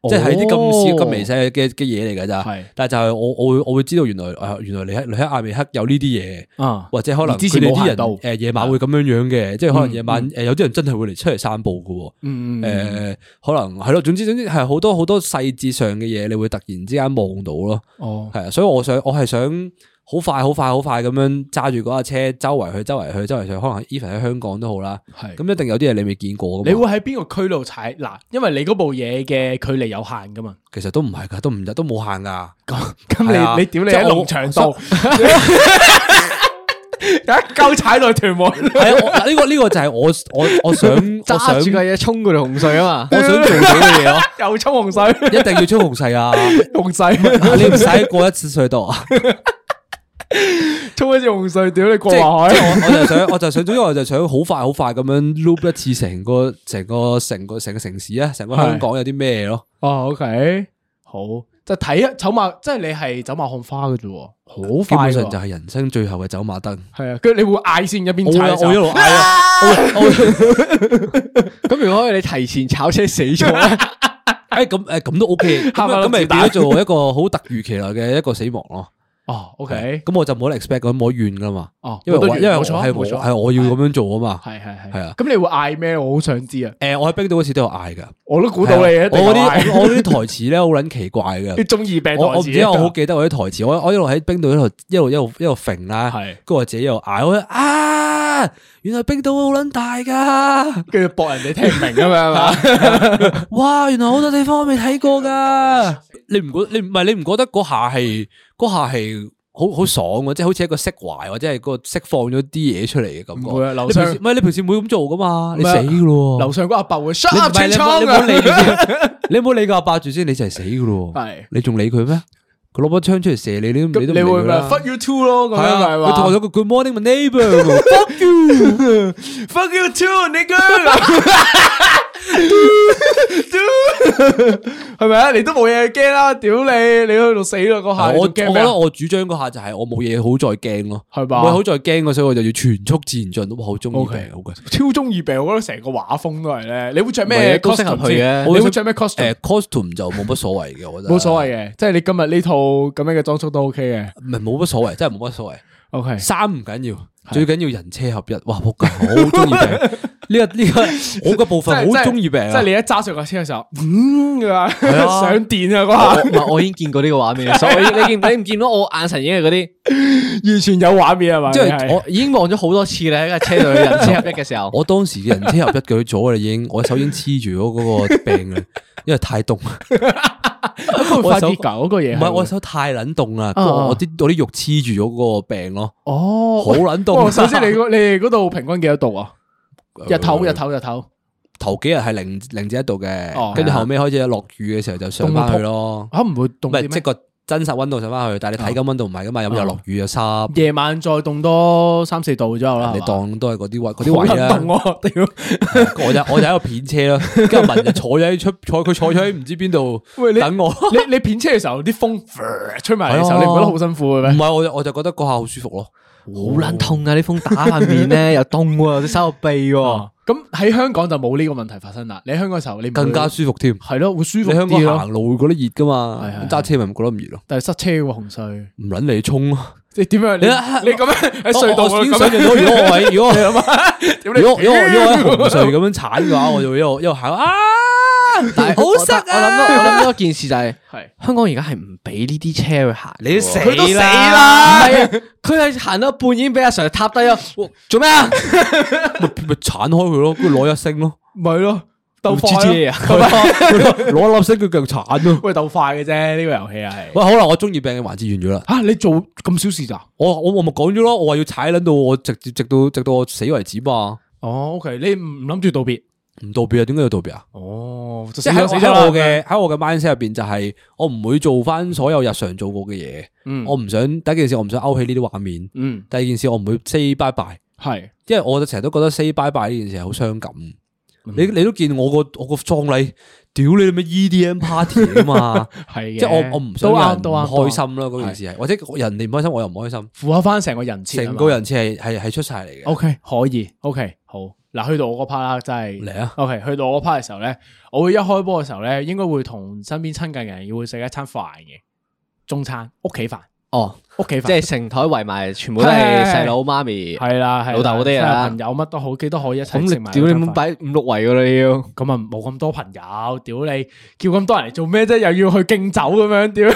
S3: 即係啲咁小咁微細嘅嘅嘢嚟㗎咋
S2: 哦係，
S3: 但係就係我我會我會知道原來啊原來你喺你喺亞美克有呢啲嘢，
S2: 啊，
S3: 或者可能
S2: 之前
S3: 佢哋
S2: 冇
S3: 啲
S2: 行
S3: 人
S2: 到
S3: 誒夜晚會咁樣樣嘅，即係可能夜晚誒有啲人真係會嚟出嚟散步㗎喎。
S2: 嗯嗯
S3: 誒、可能係咯，總之總之係好多好多細節上嘅嘢，你會突然之間望到咯，
S2: 哦
S3: 係啊，所以我想我係想好快好快好快咁樣揸住嗰架車周圍去周圍去周圍去，可能 even 喺香港都好啦，
S2: 係
S3: 咁一定有啲嘢你未見過
S2: 你
S3: 㗎嘛，
S2: 會喺邊個區度踩嗱？因為你嗰部嘢嘅距離有限噶嘛。
S3: 其實都唔係㗎，都唔都冇限㗎，
S2: 咁
S3: 係啊
S2: 咁你你屌你
S3: 即
S2: 喺
S3: 係我
S2: 農場度， 一鳩踩到屯門，
S3: 係啊，我 嗱呢個呢個就係我我我想我想
S4: 揸住架嘢衝佢哋洪 水啊嘛！
S3: 我想做到嘅嘢咯，
S2: 又衝洪水，
S3: 一定要出紅勢 啊！
S2: 洪水
S3: 你唔使過一次隧道啊！
S2: 衝一次洪水，屌你過
S3: 即係
S2: 華
S3: 即
S2: 海，
S3: 係我我就想，我就想，總之我就想好快好快咁樣 loop 一次成個成個成個成個城市啊，成個香港有啲咩咯？
S2: 哦，OK，好，就睇啊，走馬，即係你係走馬看花嘅啫喎，
S3: 基
S2: 好快
S3: 本
S2: 㗎
S3: 上就係人生最後嘅走馬燈。
S2: 係啊，跟住你會嗌先一邊
S3: 我會
S2: 踩嘅時候，
S3: 我一路嗌 啊！我會我會
S4: 咁如果你提前炒車死咗 咧，
S3: 哎咁誒咁都 OK，
S2: 嚇
S3: 咁咪咁
S2: 到
S3: 咪
S2: 自打
S3: 變咗做一個好突如其來嘅一個死亡咯。
S2: 哦，OK，
S3: 咁我就冇得 expect 咁冇怨噶嘛。
S2: 哦
S3: 因為
S2: 冇得
S3: 我
S2: 怨
S3: 因為我
S2: 冇錯
S3: 係我
S2: 冇錯
S3: 係我要咁樣做啊嘛。
S2: 係係係
S3: 係啊
S2: 咁你會嗌咩？我好想知啊，
S3: 誒，我喺冰島嗰時都有嗌噶。
S2: 我都估到你
S3: 係啊
S2: 嘅一定
S3: 我嗰
S2: 有嗌
S3: 啲我我嗰啲台詞咧好撚奇怪
S2: 啲
S3: 嘅。
S2: 中二病台
S3: 我我唔
S2: 詞
S3: 知我好記得我啲台詞，我我一路喺冰島一路一路一路一路揈啦，
S2: 係
S3: 跟住我自己又嗌，我啊，原來冰島好撚大噶，
S2: 跟住博人哋聽唔明咁 樣嘛，
S3: 哇，原來好多地方我未睇過噶。 你唔覺你唔係你唔覺得嗰下係嗰下係好好爽嘅，即係好似一個釋懷或者係個釋放咗啲嘢出嚟嘅感覺。
S2: 唔會啊劉
S3: 你平時
S2: 翔
S3: 唔係你平時唔會咁做噶嘛，你
S2: 唔係
S3: 死
S2: 啊
S3: 噶咯喎。
S2: 樓上嗰阿伯會
S3: 你
S2: shut
S3: 唔
S2: up
S3: 係
S2: 啊清
S3: 你唔
S2: 倉
S3: 好你唔好理佢先，你唔
S2: 㗎
S3: 好理個阿伯住先，你就係死噶 咯喎。
S2: 係
S3: 你仲理佢咩？佢攞把槍出嚟射你，你都
S2: 啊咁
S3: 你都唔
S2: 你
S3: 理
S2: 會
S3: 佢
S2: 咪
S3: 啦。
S2: fuck you too 咯咁
S3: 係
S2: 樣咪
S3: 啊，佢
S2: 話
S3: 同我咗個 Good morning my neighbor，fuck you。
S2: fuck you too nigga，係 咪啊？你都冇嘢驚啦，屌你，你去到死啦嗰下，
S3: 我我
S2: 我
S3: 覺
S2: 驚咩啊
S3: 得？我主張嗰下就係我冇嘢好再驚咯，
S2: 係嘛
S3: 冇嘢好再驚嘅，所以我就要全速前進，都好中意
S2: OK
S3: 病好嘅。
S2: 超中意病，我覺得成個畫風都係咧。你會着
S4: 唔係
S2: 咩
S4: 啊都適
S2: costume
S4: 合去嘅
S2: 先
S3: 我
S2: 你
S3: 會
S2: 會
S3: 想
S2: 着咩
S3: 誒
S2: costume？
S3: costume 就冇乜所謂嘅，我覺得
S2: 冇所謂嘅，即係你今日呢套咁樣嘅裝束都 OK 嘅。
S3: 唔係冇乜所謂，真係冇乜所謂。
S2: OK，
S3: 衫唔緊要，最緊要人車合一。哇，仆街，好中意病呢個呢個，我嘅部分好中意病啊。
S2: 即係你一揸上架車嘅時候，嗯嘅話
S3: 啊
S2: 上電啊
S4: 我
S2: 嗰下，
S4: 唔係我已經見過呢個畫面，所以你見你唔見到我眼神已經係嗰啲，
S2: 完全有畫面係咪？
S4: 即係
S2: 係
S4: 我已經望咗好多次 啦，喺架車度人車合一嘅時候，
S3: 我當時嘅人車合一舉咗啦，已經我手已經黐住咗嗰個病 啦，因為太凍。
S2: 佢會
S3: 我
S2: 發
S3: 手
S2: 熱㗎嗰個嘢
S3: 唔
S2: 係會。
S3: 係我手太撚凍啦，
S2: 啊啊
S3: 我啲我啲肉黐住咗嗰個病咯，
S2: 哦，
S3: 好撚
S2: 哇
S3: 凍。啊
S2: 首 先你嗰你哋嗰度平均幾多度啊？日頭
S3: 呃
S2: 日頭日頭，
S3: 頭幾日係零零至一度
S2: 哦
S3: 嘅，跟住後尾開始落雨嘅時候就上翻去咯，
S2: 吓唔會凍啊
S3: 唔
S2: 啲
S3: 係即
S2: 咩？
S3: 個真實温度上翻去，但係你體感温度唔係噶嘛，咁又落雨又濕，
S2: 夜晚再凍多三四度左右啦。
S3: 你
S2: 係嘛
S3: 當都係嗰啲位嗰啲位
S2: 啊好撚
S3: 啦。
S2: 凍啊喎，屌！
S3: 我就我就喺度片車咯，跟住 文就坐咗喺出坐佢坐咗喺唔知邊度
S2: 喂你
S3: 等我。
S2: 你你片車嘅時候，啲風吹埋嚟嘅時候，
S3: 係啊
S2: 你唔覺得好辛苦嘅
S3: 唔
S2: 咩？
S3: 係，我就我就覺得嗰下好舒服咯。
S4: 好撚痛啊！呢風打下面咧又凍喎，又收個鼻喎。
S2: 咁喺香港就冇呢個問題發生啦。你喺香港嘅時候，你唔會
S3: 更加舒服添。
S2: 係咯，會舒
S3: 你
S2: 服
S3: 香
S2: 啲
S3: 港
S2: 咯。
S3: 行路會覺得熱噶
S2: 係
S3: 嘛
S2: 係，係
S3: 揸車咪唔覺得唔熱咯，
S2: 但係塞車嘅喎，紅隧。
S3: 唔撚你衝咯。
S2: 你點樣？你你咁樣喺隧道
S3: 我我已經
S2: 咁
S3: 想
S2: 樣
S3: 象到如果我喺如果我
S2: 你諗下
S3: 如果如果我如果我喺紅隧咁樣踩嘅話，我就會一路一路行啊，
S4: 但係我
S3: 好塞
S4: 我諗
S3: 啊！
S4: 到我諗到一件事就係
S2: 係
S4: 香港而家係唔俾呢啲車去行，你死
S3: 佢都死
S4: 啦！唔係啊，佢係行到一半已經俾阿 Sir 踏低咗，哇做咩啊？
S3: 咪咪鏟開佢咯，跟住攞一升咯，
S2: 咪咯，鬥
S4: 唔知
S2: 快
S4: 車
S2: 啊
S4: 啊！
S3: 攞一粒星佢腳鏟咯。
S2: 喂，鬥快嘅啫，呢個遊戲係。
S3: 喂，好啦，我中意病嘅環節完咗啦。
S2: 吓，你做咁小事咋？
S3: 我我我咪講咗咯，我話要踩撚到我直接直到直到我死為止嘛，
S2: 哦，OK，你唔唔諗住道別？
S3: 唔道別啊？點解要道別啊？
S2: 哦，即
S3: 即係喺喺我嘅喺我嘅 mindset 入邊，就係我唔會做翻所有日常做過嘅嘢。
S2: 嗯
S3: 我唔想第一件事，我唔想勾起呢啲畫面。
S2: 嗯
S3: 第二件事，我唔會 say bye bye，
S2: 係
S3: 因為我成日都覺得 say bye bye 呢件事係好傷感。
S2: 嗯
S3: 你你都見我個我個葬禮，屌你咩 EDM party 啊 嘛，
S2: 係嘅，
S3: 即係我我唔想
S2: 都
S3: 有
S2: 啱
S3: 人唔
S2: 都啱，嗯
S3: 開心啦嗰件事係，或者人哋唔開心我又唔開心，
S2: 符合翻成個人設啊嘛，
S3: 成個人設係係係出晒嚟嘅。
S2: O K，可以，O K，好。嗱，去到我嗰 part 啦，真係
S3: 嚟啊
S2: ！O K，去到我嗰 part 嘅時候咧，我會一開波嘅時候咧，應該會同身邊親近嘅人要會食一餐飯嘅中餐，屋企飯，
S4: 哦，
S2: 屋企飯，
S4: 即係成台圍埋，全部都係細佬媽咪。
S2: 係啦，係啦
S4: 老豆嗰
S2: 即
S4: 啲啊
S2: 係朋友乜都好，幾都可以一
S4: 咁
S2: 齊食
S4: 你
S2: 埋
S4: 屌你
S2: 餐飯。
S4: 咁擺五六圍噶啦你要。
S2: 咁啊冇咁多朋友，屌你叫咁多人嚟做咩啫？又要去敬酒咁樣，屌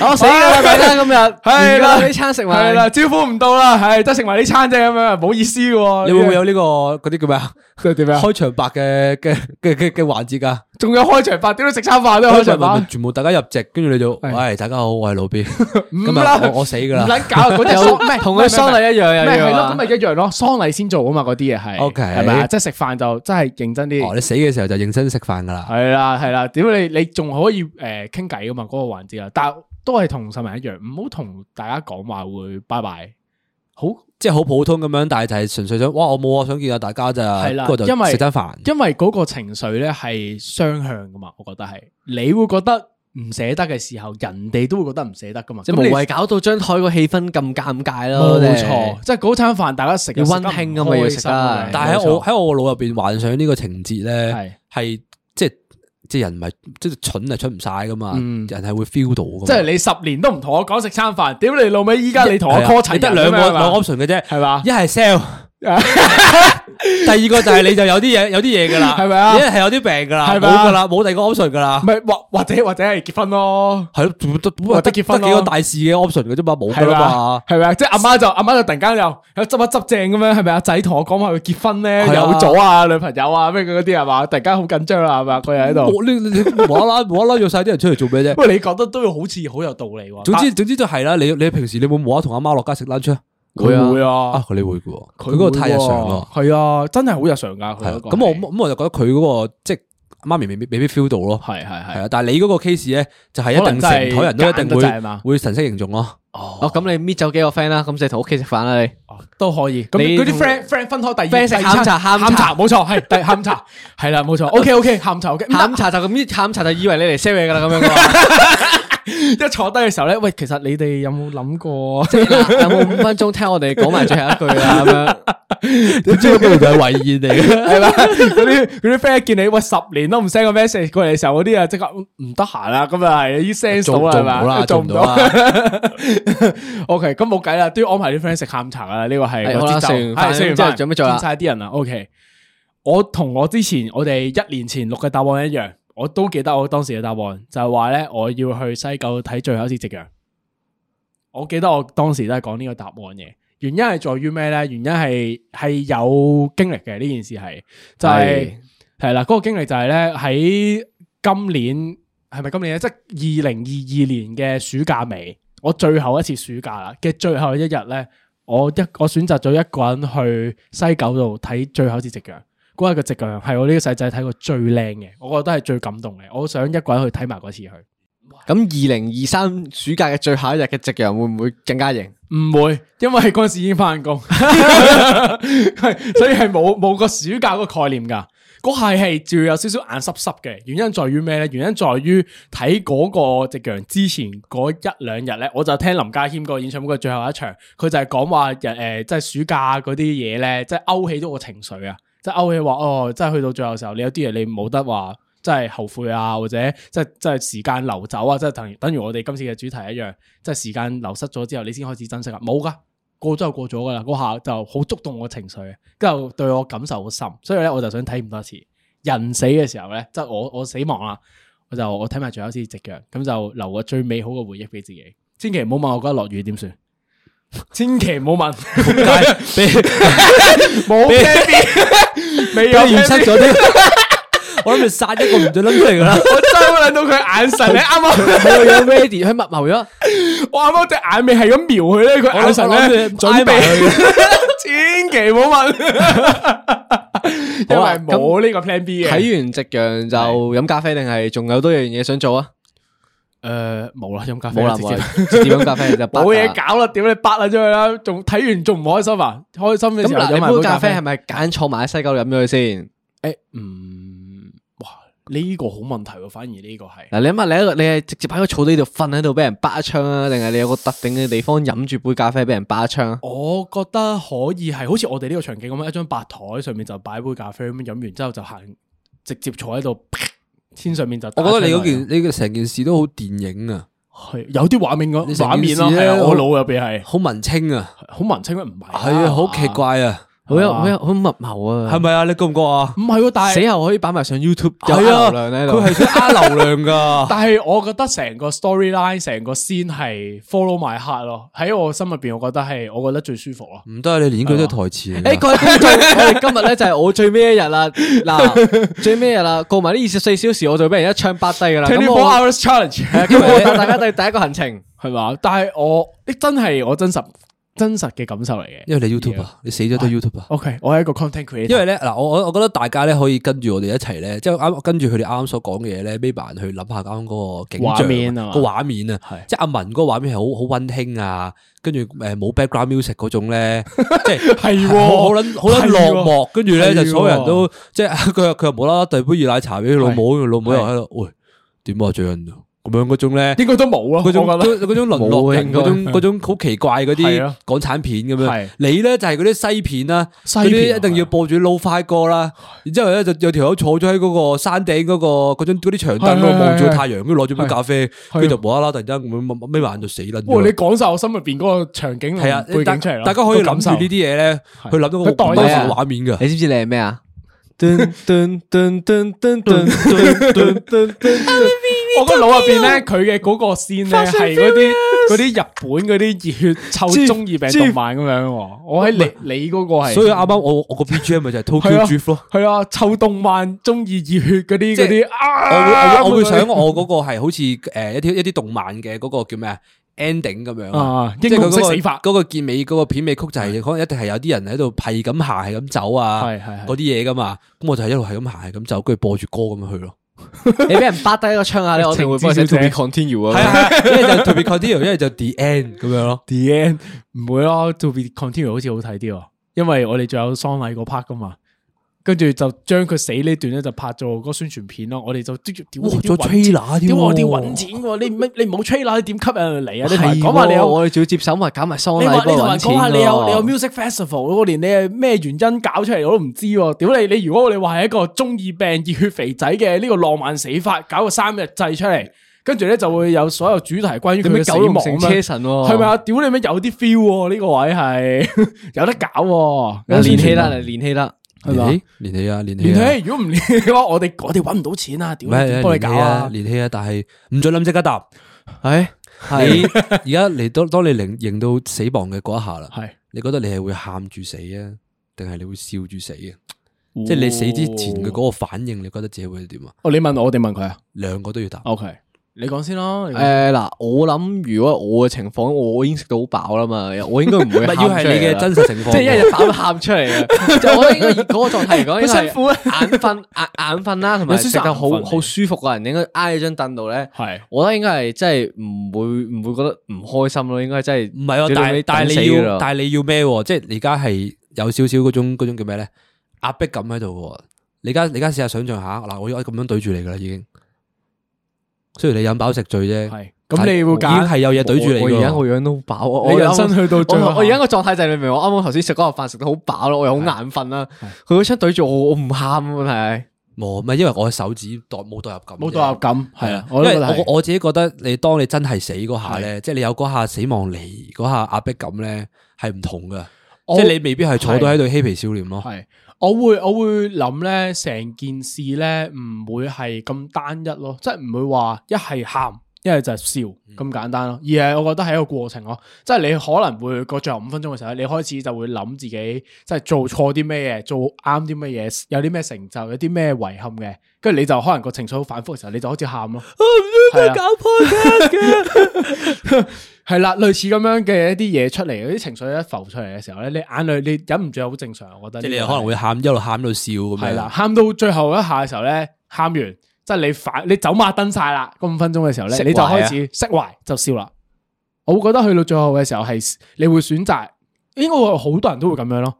S4: 我哦 死啦！大家今日
S2: 係
S4: 係
S2: 啦
S4: 啦，呢餐食
S2: 係
S4: 埋
S2: 啦，招呼唔到啦，係得食埋呢餐啫，咁樣唔好意思喎。
S3: 你會唔會有呢個嗰啲叫咩啊？
S2: 有點啊？
S3: 開場白嘅嘅嘅嘅嘅環節㗎？
S2: 仲有開場白，屌你食餐飯都有
S3: 開
S2: 開場
S3: 場
S2: 白
S3: 白。啊全部大家入席，跟住你就
S2: 係
S3: 喂大家好，我係老 B，
S2: 唔
S3: 今日
S2: 啦
S3: 我我死㗎
S2: 唔
S3: 啦。
S2: 撚搞啊嗰啲喪，唔係
S4: 同佢喪禮一樣
S2: 咪
S4: 又
S2: 係
S4: 要
S2: 咯，咁
S4: 啊
S2: 咪一樣咯，喪禮先做啊嘛，嗰啲嘢係
S3: OK
S2: 係咪啊？即係食飯就真係認真
S3: 哦，
S2: 啲，
S3: 你死嘅時候就認真食飯㗎啦。
S2: 係啦係啦，屌你你仲可以誒傾偈噶嘛嗰個環節啊，但係都係同新人一樣，唔好同大家講話會拜拜，好
S3: 即係好普通咁樣，但係就係純粹想，哇！我冇啊，想見下大家咋，
S2: 係啦
S3: 不過就
S2: 因為
S3: 食餐飯。
S2: 因為嗰個情緒咧係雙向噶嘛，我覺得係，你會覺得唔捨得嘅時候，人哋都會覺得唔捨得噶嘛，
S4: 即係
S2: 咁
S4: 無
S2: 你
S4: 謂搞到張台個氣氛咁尷尬咯。
S2: 冇
S4: 真係
S2: 錯，，即係嗰餐飯大家食
S4: 要溫馨㗎嘛要食得
S2: 啊，
S3: 但係喺
S2: 冇錯
S3: 我喺我腦入邊幻想呢個情節
S2: 係
S3: 咧，係即係即係人唔係即係蠢係出唔晒噶嘛，
S2: 嗯
S3: 人係會 feel 到噶。
S2: 即係你十年都唔同我講食餐飯，屌你老味！依家你同我
S3: 係啊
S2: call 齊
S3: 你得兩
S2: 人
S3: 個
S2: 咁樣係嘛
S3: 兩個 option 嘅啫，
S2: 係嘛
S3: 一係 sell，第二個就係你就有啲嘢有啲嘢噶啦，
S2: 係咪啊
S3: 一係有啲病噶啦，
S2: 係
S3: 冇
S2: 咪啊
S3: 噶啦，冇第二個 option 噶啦
S2: 唔。係或或者或者係結婚咯，
S3: 系咯，得
S2: 或者
S3: 得
S2: 結婚
S3: 得
S2: 咯
S3: 幾個大事嘅 option 嘅啫嘛，冇噶
S2: 係
S3: 啦
S2: 嘛
S3: 嘛。
S2: 係咪啊？即係阿媽就阿媽就突然間又又執一執正咁樣，係咪啊？仔同我講話佢結婚咧，
S3: 係啊
S2: 有咗啊女朋友啊咩嗰啲係嘛？突然間好緊張啦係嘛？佢又喺度，
S3: 我你你你無啦啦無啦啦約晒啲人出嚟做咩啫？
S2: 喂你講得都要好似好有道理喎。
S3: 總之總之就係啦，你你平時你會冇啦啦同阿媽落街食 lunch 啊？
S2: 但佢會
S3: 啊，
S2: 啊，
S3: 佢你會嘅喎，佢
S2: 佢
S3: 嗰個
S2: 會
S3: 太日常
S2: 喎
S3: 咯。
S2: 係啊，真係好日常㗎
S3: 係啊
S2: 佢嗰個係。
S3: 咁我咁我就覺得佢嗰個即係媽咪未必未必 feel 到咯。
S2: 係係
S3: 係
S2: 係
S3: 啊，但係你嗰個 case 咧，就係一
S2: 可
S3: 定
S2: 能
S3: 成
S2: 真
S3: 台
S2: 係
S3: 人都一定
S2: 揀得滯係
S3: 會
S2: 嘛
S3: 會神色凝重咯。
S4: 哦，咁你搣走幾個 friend 啦，咁就同屋企食飯啦，你
S2: 哦都可以。咁
S4: 你
S2: 嗰啲
S4: 同
S2: friend friend 分開第二
S4: friend 食
S2: 第二餐
S4: 下午茶下午茶
S2: 下午茶冇錯，係第下午 茶係啦，冇錯。OK OK，下午茶 OK。
S4: 下午茶就咁搣，下午茶就以為你嚟 sell 嘢噶 啦，咁樣噶嘛。
S2: 一坐低嘅時候咧，喂，其實你哋有冇諗過？
S4: 即係嗱有冇五分鐘聽我哋講埋最後一句啦？咁樣
S3: 點知嗰個就係遺言嚟嘅。
S2: 係啦，嗰啲嗰啲 friend 見你喂十年都唔 send 個 message 過嚟嘅時候，嗰啲啊即刻嗯唔得閒啦，咁啊係已經 send
S3: 做
S2: 到
S3: 唔
S2: 啦，
S3: 做
S2: 係
S3: 唔到啦，
S2: 嘛？
S3: 做唔到啦。
S2: OK，咁冇計啦，都要安排啲 friend 食下午茶噶啦，呢個係
S4: 啊係
S2: 個
S4: 好啦
S2: 節奏
S4: 食完飯
S2: 係食完
S4: 之後
S2: 飯
S4: 準備做啦
S2: 見晒啲人啦，OK。我同我之前我哋一年前錄嘅答案一樣，我都記得我當時嘅答案就係話咧，我要去西九睇最後一次夕陽。我記得我當時都係講呢個答案嘅，原因係在於咩咧？原因係係有經歷嘅呢件事係，就係
S4: 係
S2: 係啦，嗰個經歷就係咧喺今年係咪今年咧？即係二零二二年嘅暑假尾，我最後一次暑假啦嘅最後一日咧，我一我選擇咗一個人去西九度睇最後一次夕陽。嗰日嘅夕陽係我呢個細仔睇過最靚嘅，我覺得係最感動嘅。我想一個人去睇埋嗰次去。
S4: 咁二零二三暑假嘅最後一日嘅夕陽會唔會更加型？
S2: 唔會，因為嗰阵时已經翻工，係所以係冇冇个暑假嗰個概念㗎。嗰下係仲要有少少眼濕濕嘅，原因在於咩咧？原因在於睇嗰個夕陽之前嗰一兩日咧，我就聽林家謙個演唱會嘅最後一場，佢就係講話日誒，即係暑假嗰啲嘢咧，即係勾起咗我情緒啊！即係勾起話哦，即係去到最後時候，你有啲嘢你冇得話。即係後悔啊，或者即係即係時間流走啊，即係等於等於我哋今次嘅主題一樣，即係時間流失咗之後，你先開始珍惜啊，冇噶，過咗就過咗噶啦，嗰下就好觸動我情緒，跟住對我感受好深，所以咧我就想睇咁多次。人死嘅時候咧，即係我我死亡啦，我就我睇埋最後一次夕陽，咁就留個最美好嘅回憶俾自己。千祈唔好問我嗰日落雨點算，千祈唔好問，冇 plan B，未有
S3: 預
S2: plan
S3: 測
S2: B
S3: 咗啲，我諗住殺一個唔准諗出嚟噶啦。
S2: 我真係諗到佢眼神咧，啱啱
S4: 佢有 ready，佢密謀咗，
S2: 我啱啱隻眼尾係咁瞄佢咧，佢眼神咧
S3: 我
S2: 準
S3: 諗住挨埋
S2: 備
S3: 佢，
S2: 千祈唔好問，因
S4: 好啊
S2: 為冇呢個 plan B 嘅。
S4: 睇完夕陽就飲咖啡，定係仲有多樣嘢想做啊？
S2: 誒冇啦，飲咖啡
S4: 冇啦，
S2: 直接
S4: 冇啦，直接飲咖啡就
S2: 冇嘢
S4: 搞。
S2: 搞啦，屌你八啦出去啦，仲睇完仲唔開心啊？開心嘅
S4: 咁
S2: 時候
S4: 嗱，
S2: 飲
S4: 你
S2: 埋杯
S4: 杯
S2: 咖
S4: 咖啡
S2: 啡
S4: 係咪揀坐埋喺西九度飲咗佢先？
S2: 誒嗯，哇呢個好問題喎，反而呢個係
S4: 嗱，你諗下，你一個你係直接喺個草地度瞓喺度俾人巴一槍啊，定係你有個特定嘅地方飲住杯咖啡俾人巴一槍啊？
S2: 我覺得可以係好似我哋呢個場景咁樣，一張白台上面就擺杯咖啡咁樣飲完之後就行，直接坐喺度，天上面就打
S3: 我覺得你
S2: 出嚟
S3: 嗰件你嘅成件事都好電影啊，
S2: 係有啲畫面嗰
S3: 你成件
S2: 畫面咯，
S3: 事
S2: 係
S3: 咧
S2: 啊，我
S3: 好
S2: 腦入邊係
S3: 好文青啊，
S2: 好文青咩？唔係
S3: 係啊，好奇，怪啊，
S4: 好有
S2: 啊
S4: 好有好密謀啊！
S3: 係咪啊？你覺唔覺啊？
S2: 唔係喎，但係
S4: 死後可以擺埋上 YouTube 有
S3: 係啊，
S4: 流量喺度，
S3: 佢係想呃流量噶。
S2: 但係我覺得成個 storyline 成個 scene 係 follow my heart 咯，喺我心入邊，我覺得係我覺得最舒服咯。
S3: 唔得啊！你連佢都有台詞嚟
S4: 誒，
S3: 㗎。哎
S4: 各位觀眾，我哋今日咧就係我最尾一日啦，嗱， 最尾一日啦，過埋呢二十四小時，我就俾人一槍巴低噶啦。
S2: Twenty
S4: 咁
S2: four
S4: 我
S2: hours challenge
S4: 係啊今日大家對第一個行程，
S2: 係嘛？但係我你真係我真實真實嘅感受嚟嘅。
S3: 因為你 YouTube 啊，你死咗都 YouTube 啊。
S2: OK，我係一個 content creator，
S3: 因為咧嗱，我我我覺得大家咧可以跟住我哋一齊咧，即係啱跟住佢哋啱啱所講嘅嘢咧，俾埋去諗下啱啱嗰個景象
S2: 畫面啊嘛
S3: 個畫面啊
S2: 係，
S3: 即係阿文嗰個畫面係好好温馨啊，跟住誒冇 background music 嗰種 咧，即係
S2: 係喎
S3: 好好撚好撚落
S2: 係喎
S3: 寞，跟住咧
S2: 係
S3: 就
S2: 喎
S3: 所有人都即係 佢又佢又冇啦啦遞杯熱奶茶俾佢老母，佢老母又喺度喂點啊最近咁樣嗰種咧。
S2: 應該都冇咯。
S3: 嗰種
S2: 我覺得
S3: 嗰嗰種淪落人
S4: 冇
S3: 嗰
S4: 啊
S3: 種
S4: 應該
S3: 嗰種好奇怪嗰
S2: 係啊
S3: 啲港產片咁
S2: 係
S3: 樣，你咧就係嗰啲西片啦，
S2: 西
S3: 嗰
S2: 片
S3: 啲
S2: 啊
S3: 一定要播住 low fi 歌啦，然之後咧就有條友坐咗喺嗰個山頂嗰個嗰張嗰啲長凳嗰
S2: 係係
S3: 度
S2: 係
S3: 望住個太陽，跟住攞住杯
S2: 係
S3: 咖啡，
S2: 係
S3: 跟住就無啦啦突然間咁樣眯埋眼就死撚
S2: 哇！你
S3: 咗。
S2: 講晒我心入邊嗰個場景
S3: 係啊
S2: 背，景
S3: 大
S2: 出嚟啦
S3: 大家可以諗
S2: 個感
S3: 住
S2: 受
S3: 呢啲嘢咧，去諗到個
S2: 佢代入
S3: 好多時
S4: 啊
S3: 畫面㗎。
S4: 你知唔知你係咩啊？
S2: 我個腦入邊咧，佢嘅嗰個線咧係嗰啲嗰啲日本嗰啲熱血湊中二病動漫咁樣喎。我喺你你嗰個係，
S3: 所以啊啱啱我我個 BGM 咪就係 Tokyo
S2: 係啊
S3: Drift 咯。
S2: 係啊，湊動漫中二熱血嗰啲
S3: 即係
S2: 嗰啲
S3: 我會
S2: 啊，
S3: 我我會想我嗰個係好似呃誒一啲一啲動漫嘅嗰個叫咩啊 ending 咁樣
S2: 啊
S3: 即係佢
S2: 英雄
S3: 嗰
S2: 式
S3: 個
S2: 死法
S3: 嗰個結尾嗰個片尾曲就係可能一定係有啲人喺度係咁行係咁走啊，
S2: 係係係
S3: 嗰啲嘢噶嘛，咁我就係一路係咁行係咁走，跟住播住歌咁樣去咯。
S4: 你俾人巴低一個槍下咧，我哋會幫你寫 to be continue 啊。
S3: 係啊，一係就 to be continue，一係就 the end 咁樣咯。
S2: the end 唔會咯，to be continue 好似好睇啲喎，因為我哋仲有喪禮嗰 part 噶嘛。跟住就將佢死呢段咧就拍做嗰個宣傳片咯，我哋就屌屌
S3: 哇
S2: 我哋
S3: 仲有
S2: 要
S3: trailer 添
S2: 揾錢屌我哋要
S3: 喎
S2: 揾錢喎，你唔你唔好 trailer 你點吸引人嚟啊？你同人
S4: 係
S2: 講話你
S4: 喎
S2: 有
S4: 我哋仲要接手埋搞埋喪
S2: 你
S4: 禮
S2: 話你同
S4: 嗰
S2: 人
S4: 個
S2: 講下你有你有
S4: 搵錢喎
S2: music festival，我連你係咩原因搞出嚟我都唔知喎。屌你！你如果你話係一個中二病熱血肥仔嘅呢個浪漫死法，搞個三日制出嚟，跟住咧就會有所有主題關於佢
S4: 你咩
S2: 嘅死
S4: 九
S2: 亡
S4: 龍
S2: 咁
S4: 城
S2: 樣
S4: 車神
S3: 哦
S4: 喎
S2: 係咪啊？屌你咩有啲 feel 喎？呢個位係 有得搞喎，
S4: 嗱連戲啦，嚟連戲啦，
S2: 係嘛
S3: 連起連起啊，連起啊
S2: 連起，如果唔連起嘅話，我哋我哋搵唔到錢啊！屌
S3: 唔
S2: 你，
S3: 係
S2: 點幫你
S3: 連
S2: 搞
S3: 起啊
S2: 啊，？
S3: 連起啊，但係唔准諗即刻答。
S4: 唉，
S3: 你
S4: 係
S3: 而家嚟到當你迎迎到死亡嘅嗰一下啦，
S2: 係
S3: 你覺得你係會喊住死啊，定係你會笑住死啊？即係你死之前嘅嗰個反應，你覺得自己會點啊？
S2: 哦，你問我，我哋問佢啊
S3: 兩個都要答。
S4: 哦
S2: ？OK，你講先啦。
S3: 啊
S2: 你講
S4: 誒嗱，我諗如果我嘅情況，我已經食到好飽啦嘛，我應該唔會
S3: 唔係
S4: 喊出
S3: 要係
S4: 嚟
S3: 你嘅
S4: 啦
S3: 真實情況。
S4: 即係一日飽喊出嚟 嘅，就我覺得應該以嗰個狀態嚟講，應該係
S2: 辛苦啊
S4: 眼瞓眼眼瞓啦，同埋
S2: 有少少
S4: 食得好
S2: 眼瞓嚟
S4: 好舒服嘅人，應該挨喺張凳度咧，
S2: 係
S4: 我覺得應該係真係唔會唔會覺得唔開心咯，應該真係
S3: 唔係喎，啊
S4: 最
S3: 但
S4: 尾
S3: 係但係
S4: 等死
S3: 你
S4: 㗎
S3: 要
S4: 啦
S3: 但係你要咩喎？即係你而家係有少少嗰種嗰種叫咩咧？壓迫感喺度喎。你而家你而家試下想象下，嗱，我而家咁樣對住你噶啦，已經。雖然你飲飽食醉啫，
S2: 係咁你會
S3: 但係已經
S2: 揀
S3: 係有嘢對住你
S4: 我而家
S3: 㗎
S4: 個樣都飽，我
S2: 你人生去到最後
S4: 我我而
S3: 啊
S4: 家個狀態就係你明唔明？我啱啱頭先食嗰個飯食得好飽咯，我又好眼瞓啦。佢嗰槍對住我，我唔喊啊，問題係
S3: 冇，唔係因為我手指代冇代入感啫，
S2: 冇代入感，係啊，我
S3: 因為
S2: 都覺得係
S3: 我我自己覺得，你當你真係死嗰下咧，即係你有嗰下死亡嚟嗰下壓迫感咧，係唔同噶。
S2: 我
S3: 即係你未必係坐到喺度嬉皮笑臉咯。
S2: 係，我會我會諗咧，成件事咧唔會係咁單一咯，即係唔會話一係喊，一係就係笑
S3: 嗯
S2: 咁簡單咯，而係我覺得係一個過程咯，即係你可能會個最後五分鐘嘅時候，你開始就會諗自己即係做錯啲咩嘢，做啱啲乜嘢，有啲咩成就，有啲咩遺憾嘅，跟住你就可能個情緒好反覆嘅時候，你就開始喊咯。 係啊係啦，類似咁樣嘅一啲嘢出嚟，嗰啲情緒一浮出嚟嘅時候咧，你眼淚你忍唔住係好正常，我覺得
S3: 即
S2: 呢個係。
S3: 係你又可能會喊，一路喊一路笑咁樣。
S2: 係啦，喊到最後一下嘅時候咧，喊完即係你反你走馬燈晒啦，嗰五分鐘嘅時候咧，
S4: 釋懷啊
S2: 你就開始釋懷就笑啦。我會覺得去到最後嘅時候係你會選擇，應該會好多人都會咁樣咯。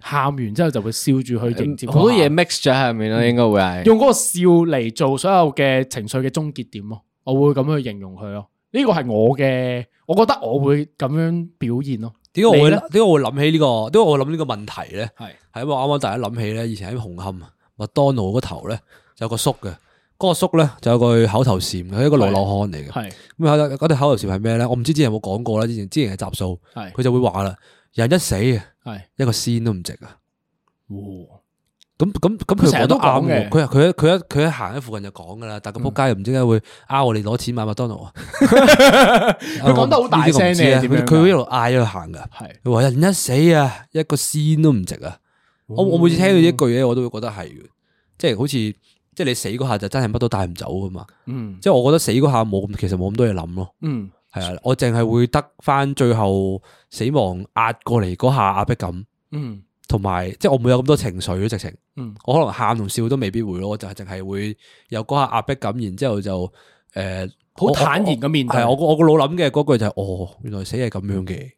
S2: 喊完之後就會笑住去迎
S3: 嗯
S2: 接嗰下
S4: 好多嘢 mix 咗喺入面咯，應該會係。
S2: 用嗰個笑嚟做所有嘅情緒嘅終結點咯。我會咁樣去形容佢咯。呢個係我嘅，我覺得我會咁樣表現咯。
S3: 點解我
S2: 你
S3: 會
S2: 呢
S3: 點解我會諗起呢個？點解我會諗呢個問題咧？
S2: 係
S3: 係因為我啱啱大家諗起咧，以前喺紅磡麥當勞嗰頭咧，就有個叔嘅。嗰個叔咧就有個口頭禪，佢係一個流浪漢嚟嘅。
S2: 係
S3: 咁啊，嗰條口頭禪係咩咧？我唔知之前有冇講過啦。之前之前嘅集數，
S2: 係
S3: 佢就會話啦：人一死啊，
S2: 係，
S3: 一個仙都唔值啊！
S2: 哇
S3: 咁咁咁
S2: 佢
S3: 佢
S2: 成
S3: 講得
S2: 日都
S3: 啱
S2: 講
S3: 嘅，
S2: 嘅嗯
S3: 佢佢佢一佢一行喺附近就講噶啦，但個仆街又唔知點解會呃我哋攞錢買麥當勞啊！
S2: 佢 講得好大
S3: 呢啲我
S2: 聲
S3: 唔知啊
S2: 你點樣㗎
S3: 佢佢一路嗌一路行噶，
S2: 係
S3: 佢話人一死啊，一個仙都唔值啊！
S2: 哦
S3: 我我每次聽到呢一句嘢，我都會覺得係嘅，即係好似即係你死嗰下就真係乜都帶唔走噶嘛，
S2: 嗯
S3: 即係我覺得死嗰下冇咁，其實冇咁多嘢諗咯。
S2: 嗯
S3: 係啊，我淨係會得翻最後死亡壓過嚟嗰下壓迫感，
S2: 嗯
S3: 同埋即係我唔會有咁多情緒咯，直情。
S2: 嗯
S3: 我可能喊同笑都未必會咯，就係淨係會有嗰下壓迫感，然之後就誒
S2: 好坦然咁面對
S3: 係我個我個腦諗嘅嗰句就係、哦，原來死係咁樣嘅，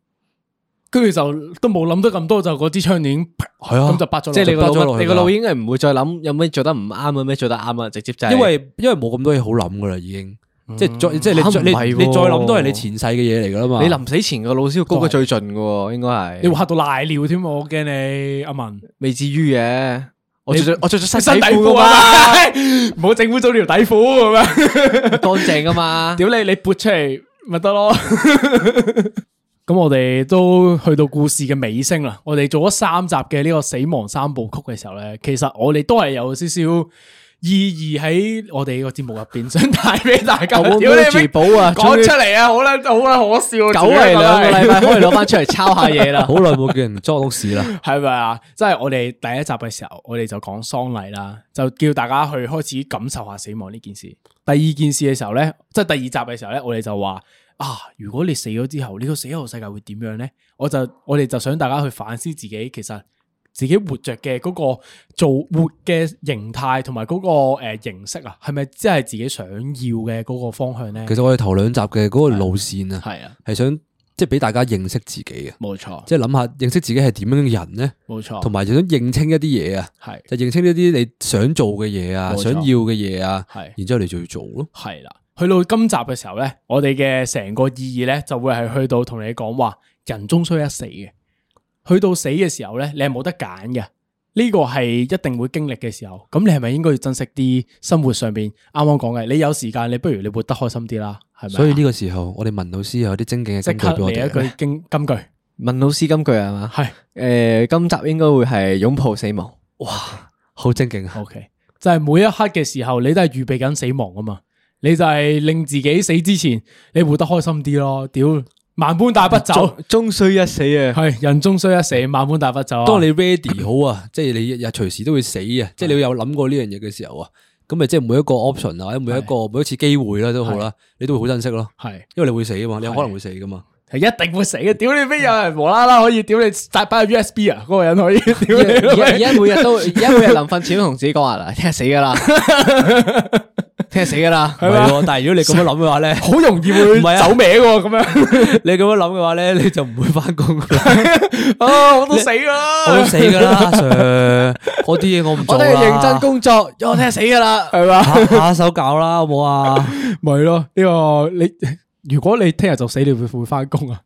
S2: 跟住就都冇諗得咁多，就嗰支槍已經啪
S3: 係啊，
S2: 咁就拔咗落
S4: 即
S2: 去，
S4: 係你個
S3: 就得咗落
S4: 腦，
S3: 去
S4: 你
S3: 㗎
S4: 個腦應該唔會再諗有咩做得唔啱，有咩做得啱啊，直接就係
S3: 因為因為冇咁多嘢好諗噶啦，已經
S2: 嗯
S3: 即係再即係
S4: 啊
S3: 你再你
S4: 唔係喎
S3: 你再諗都係你前世嘅嘢嚟噶啦嘛，
S4: 你臨死前個腦先要高過最盡嘅喎，應該係。
S2: 你會嚇到瀨尿添，我驚你阿文。
S4: 未至於嘅，我
S2: 你
S4: 着咗我着咗
S2: 係
S4: 新底褲噶嘛，
S2: 啊嘛， 唔好整污糟條底褲咁樣。
S4: 乾淨噶嘛。
S2: 屌你，你撥出嚟咪得咯。 咁我哋都去到故事嘅尾聲啦。我哋做咗三集嘅呢個死亡三部曲嘅時候咧，其實我哋都係有少少意義喺我哋個節目入邊，想帶俾大家。
S4: 我
S2: 屌
S4: 會
S2: 你
S4: 住
S2: 咪
S4: 寶啊，
S2: 講
S4: 終於
S2: 出嚟啊！好啦，好啦，可笑。啊
S4: 久違兩個禮拜可以 攞翻出嚟抄下嘢啦
S3: 好。耐冇見人裝屋屎啦，
S2: 係咪啊？即係我哋第一集嘅時候，我哋就講喪禮啦，就叫大家去開始感受下死亡呢件事。第二件事嘅時候咧，即係第二集嘅時候咧，我哋就話啊，如果你死咗之後，呢個死後世界會點樣咧？我就我哋就想大家去反思自己，其實自己活着嘅嗰個做活嘅形態同埋嗰個誒形式啊，係咪真係自己想要嘅嗰個方向咧？
S3: 其實我哋頭兩集嘅嗰個路線啊，
S2: 係啊，
S3: 係想即係俾大家認識自己嘅，
S2: 冇錯，
S3: 即係諗下認識自己係點樣嘅人咧，
S2: 冇錯，
S3: 同埋就想認清一啲嘢啊。
S2: 係
S3: 就認清呢啲你想做嘅嘢啊，
S2: 冇錯
S3: 想要嘅嘢啊，
S2: 係。
S3: 然之後你就要做咯。
S2: 系啦，去到今集嘅時候咧，我哋嘅成個意義咧就會係去到同你講話，人終須一死嘅。去到死嘅時候咧，你係冇得揀嘅，呢個係一定會經歷嘅時候。咁你係咪應該要珍惜啲生活上邊啱啱講嘅？你有時間，你不如你活得開心啲啦，係咪啊？
S3: 所以呢個時候，我哋文老師有啲精警嘅
S2: 即
S3: 金句
S2: 刻
S3: 俾我
S2: 嚟一
S3: 哋啊
S2: 句。經金句，
S4: 問老師金句係嘛？
S2: 係
S4: 誒，今集應該會係擁抱死亡。
S3: 哇，好精警啊！
S2: OK，就係每一刻嘅時候，你都係預備緊死亡啊嘛。你就係令自己死之前，你活得開心啲咯。屌，萬般帶不走。
S4: 終須一死 啊！
S2: 系人終須一死，萬般帶不走啊。
S3: 當你 ready 好啊， 即係你日日隨時都會死啊，即係你有諗過呢樣嘢嘅時候啊，咁咪即係每一個 option 啊，或者每一個每一次機會啦都好啦，你都會好珍惜咯，
S2: 係
S3: 因為你會死啊嘛，你有可能會死噶嘛。
S2: 係一定會死嘅。屌你邊有人無啦啦可以屌你搭擺入 USB 啊？嗰個人可 以屌
S4: 而
S2: 你
S4: 家而家每日都而家每日臨瞓前都同自己講話啦，聽日死噶啦，听日死噶啦，
S3: 系喎，但系如果你咁樣諗嘅話 咧，
S2: 好容易會
S3: 唔係啊
S2: 走歪喎，咁 樣
S3: 你咁樣諗嘅話咧，你就唔會翻工㗎啦。
S2: 啊，我都死㗎啦，
S3: 我都死㗎啦， 阿 Sir，嗰啲嘢我唔做
S4: 我
S3: 啦。
S4: 哋認真工作，我聽日死噶啦。
S2: 係嘛？
S3: 下下手搞啦，好冇啊？
S2: 咪咯，呢個你如果你聽日就死，你會唔會翻工啊？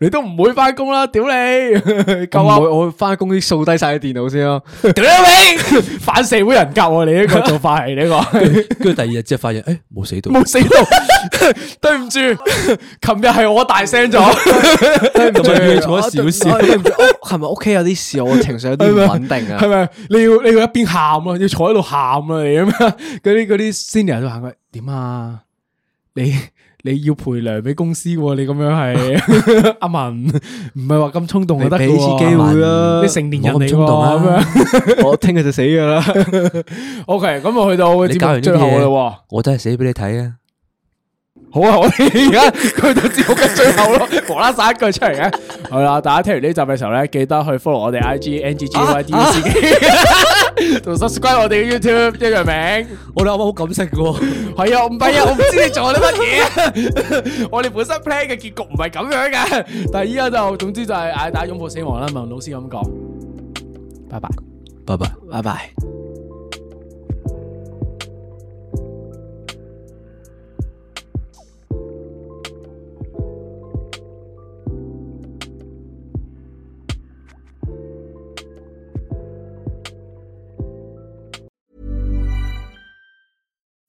S2: 你都唔會翻工啦，屌你，夠
S4: 唔
S2: 啊！
S4: 會，我翻工啲掃低晒啲電腦先咯。
S2: 屌你，反社會人格喎，你呢個做法係呢 個
S3: 跟住第二日之後發現，诶，冇死到，
S2: 冇死到， 對唔住，琴日係我大聲咗，
S3: 咁咪要坐少少。
S4: 系哦咪屋企有啲事？我情緒有啲唔穩定
S2: 係
S4: 啊。
S2: 咪？你要你要一邊喊咯，要坐喺度喊啊，你咁樣 嗰啲嗰啲 senior 都行過嚟，點啊？你你要賠糧俾公司喎，你咁樣係 阿文，唔係話咁衝動就得嘅
S4: 俾次
S2: 喎
S4: 機會啦，
S2: 你成年人
S3: 唔好咁
S2: 嚟喎，
S3: 衝動啊
S2: 咁樣。
S4: 我聽日就死 噶啦。
S2: O K，咁我去到
S3: 你教
S2: 節目
S3: 完呢
S2: 最
S3: 啲
S2: 後啦喎，
S3: 嘢，我真係死俾你睇啊！
S2: 好啊，我哋而家去到節目嘅最後咯，無啦撒一句出嚟嘅，係啦，大家聽完呢集嘅時候咧，記得去 follow 我哋 I G N G G Y D 自己， 同 subscribe 我哋嘅 YouTube 一樣名。
S3: 我哋啱啱好感性喎，
S2: 係啊，我唔係啊，我唔知你做咗啲乜嘢 啊。我哋本身 plan 嘅結局唔係咁樣嘅，但係依家就總之就係嗌大家擁抱死亡啦，文老師咁講，拜拜。
S3: 拜拜。
S4: 拜拜。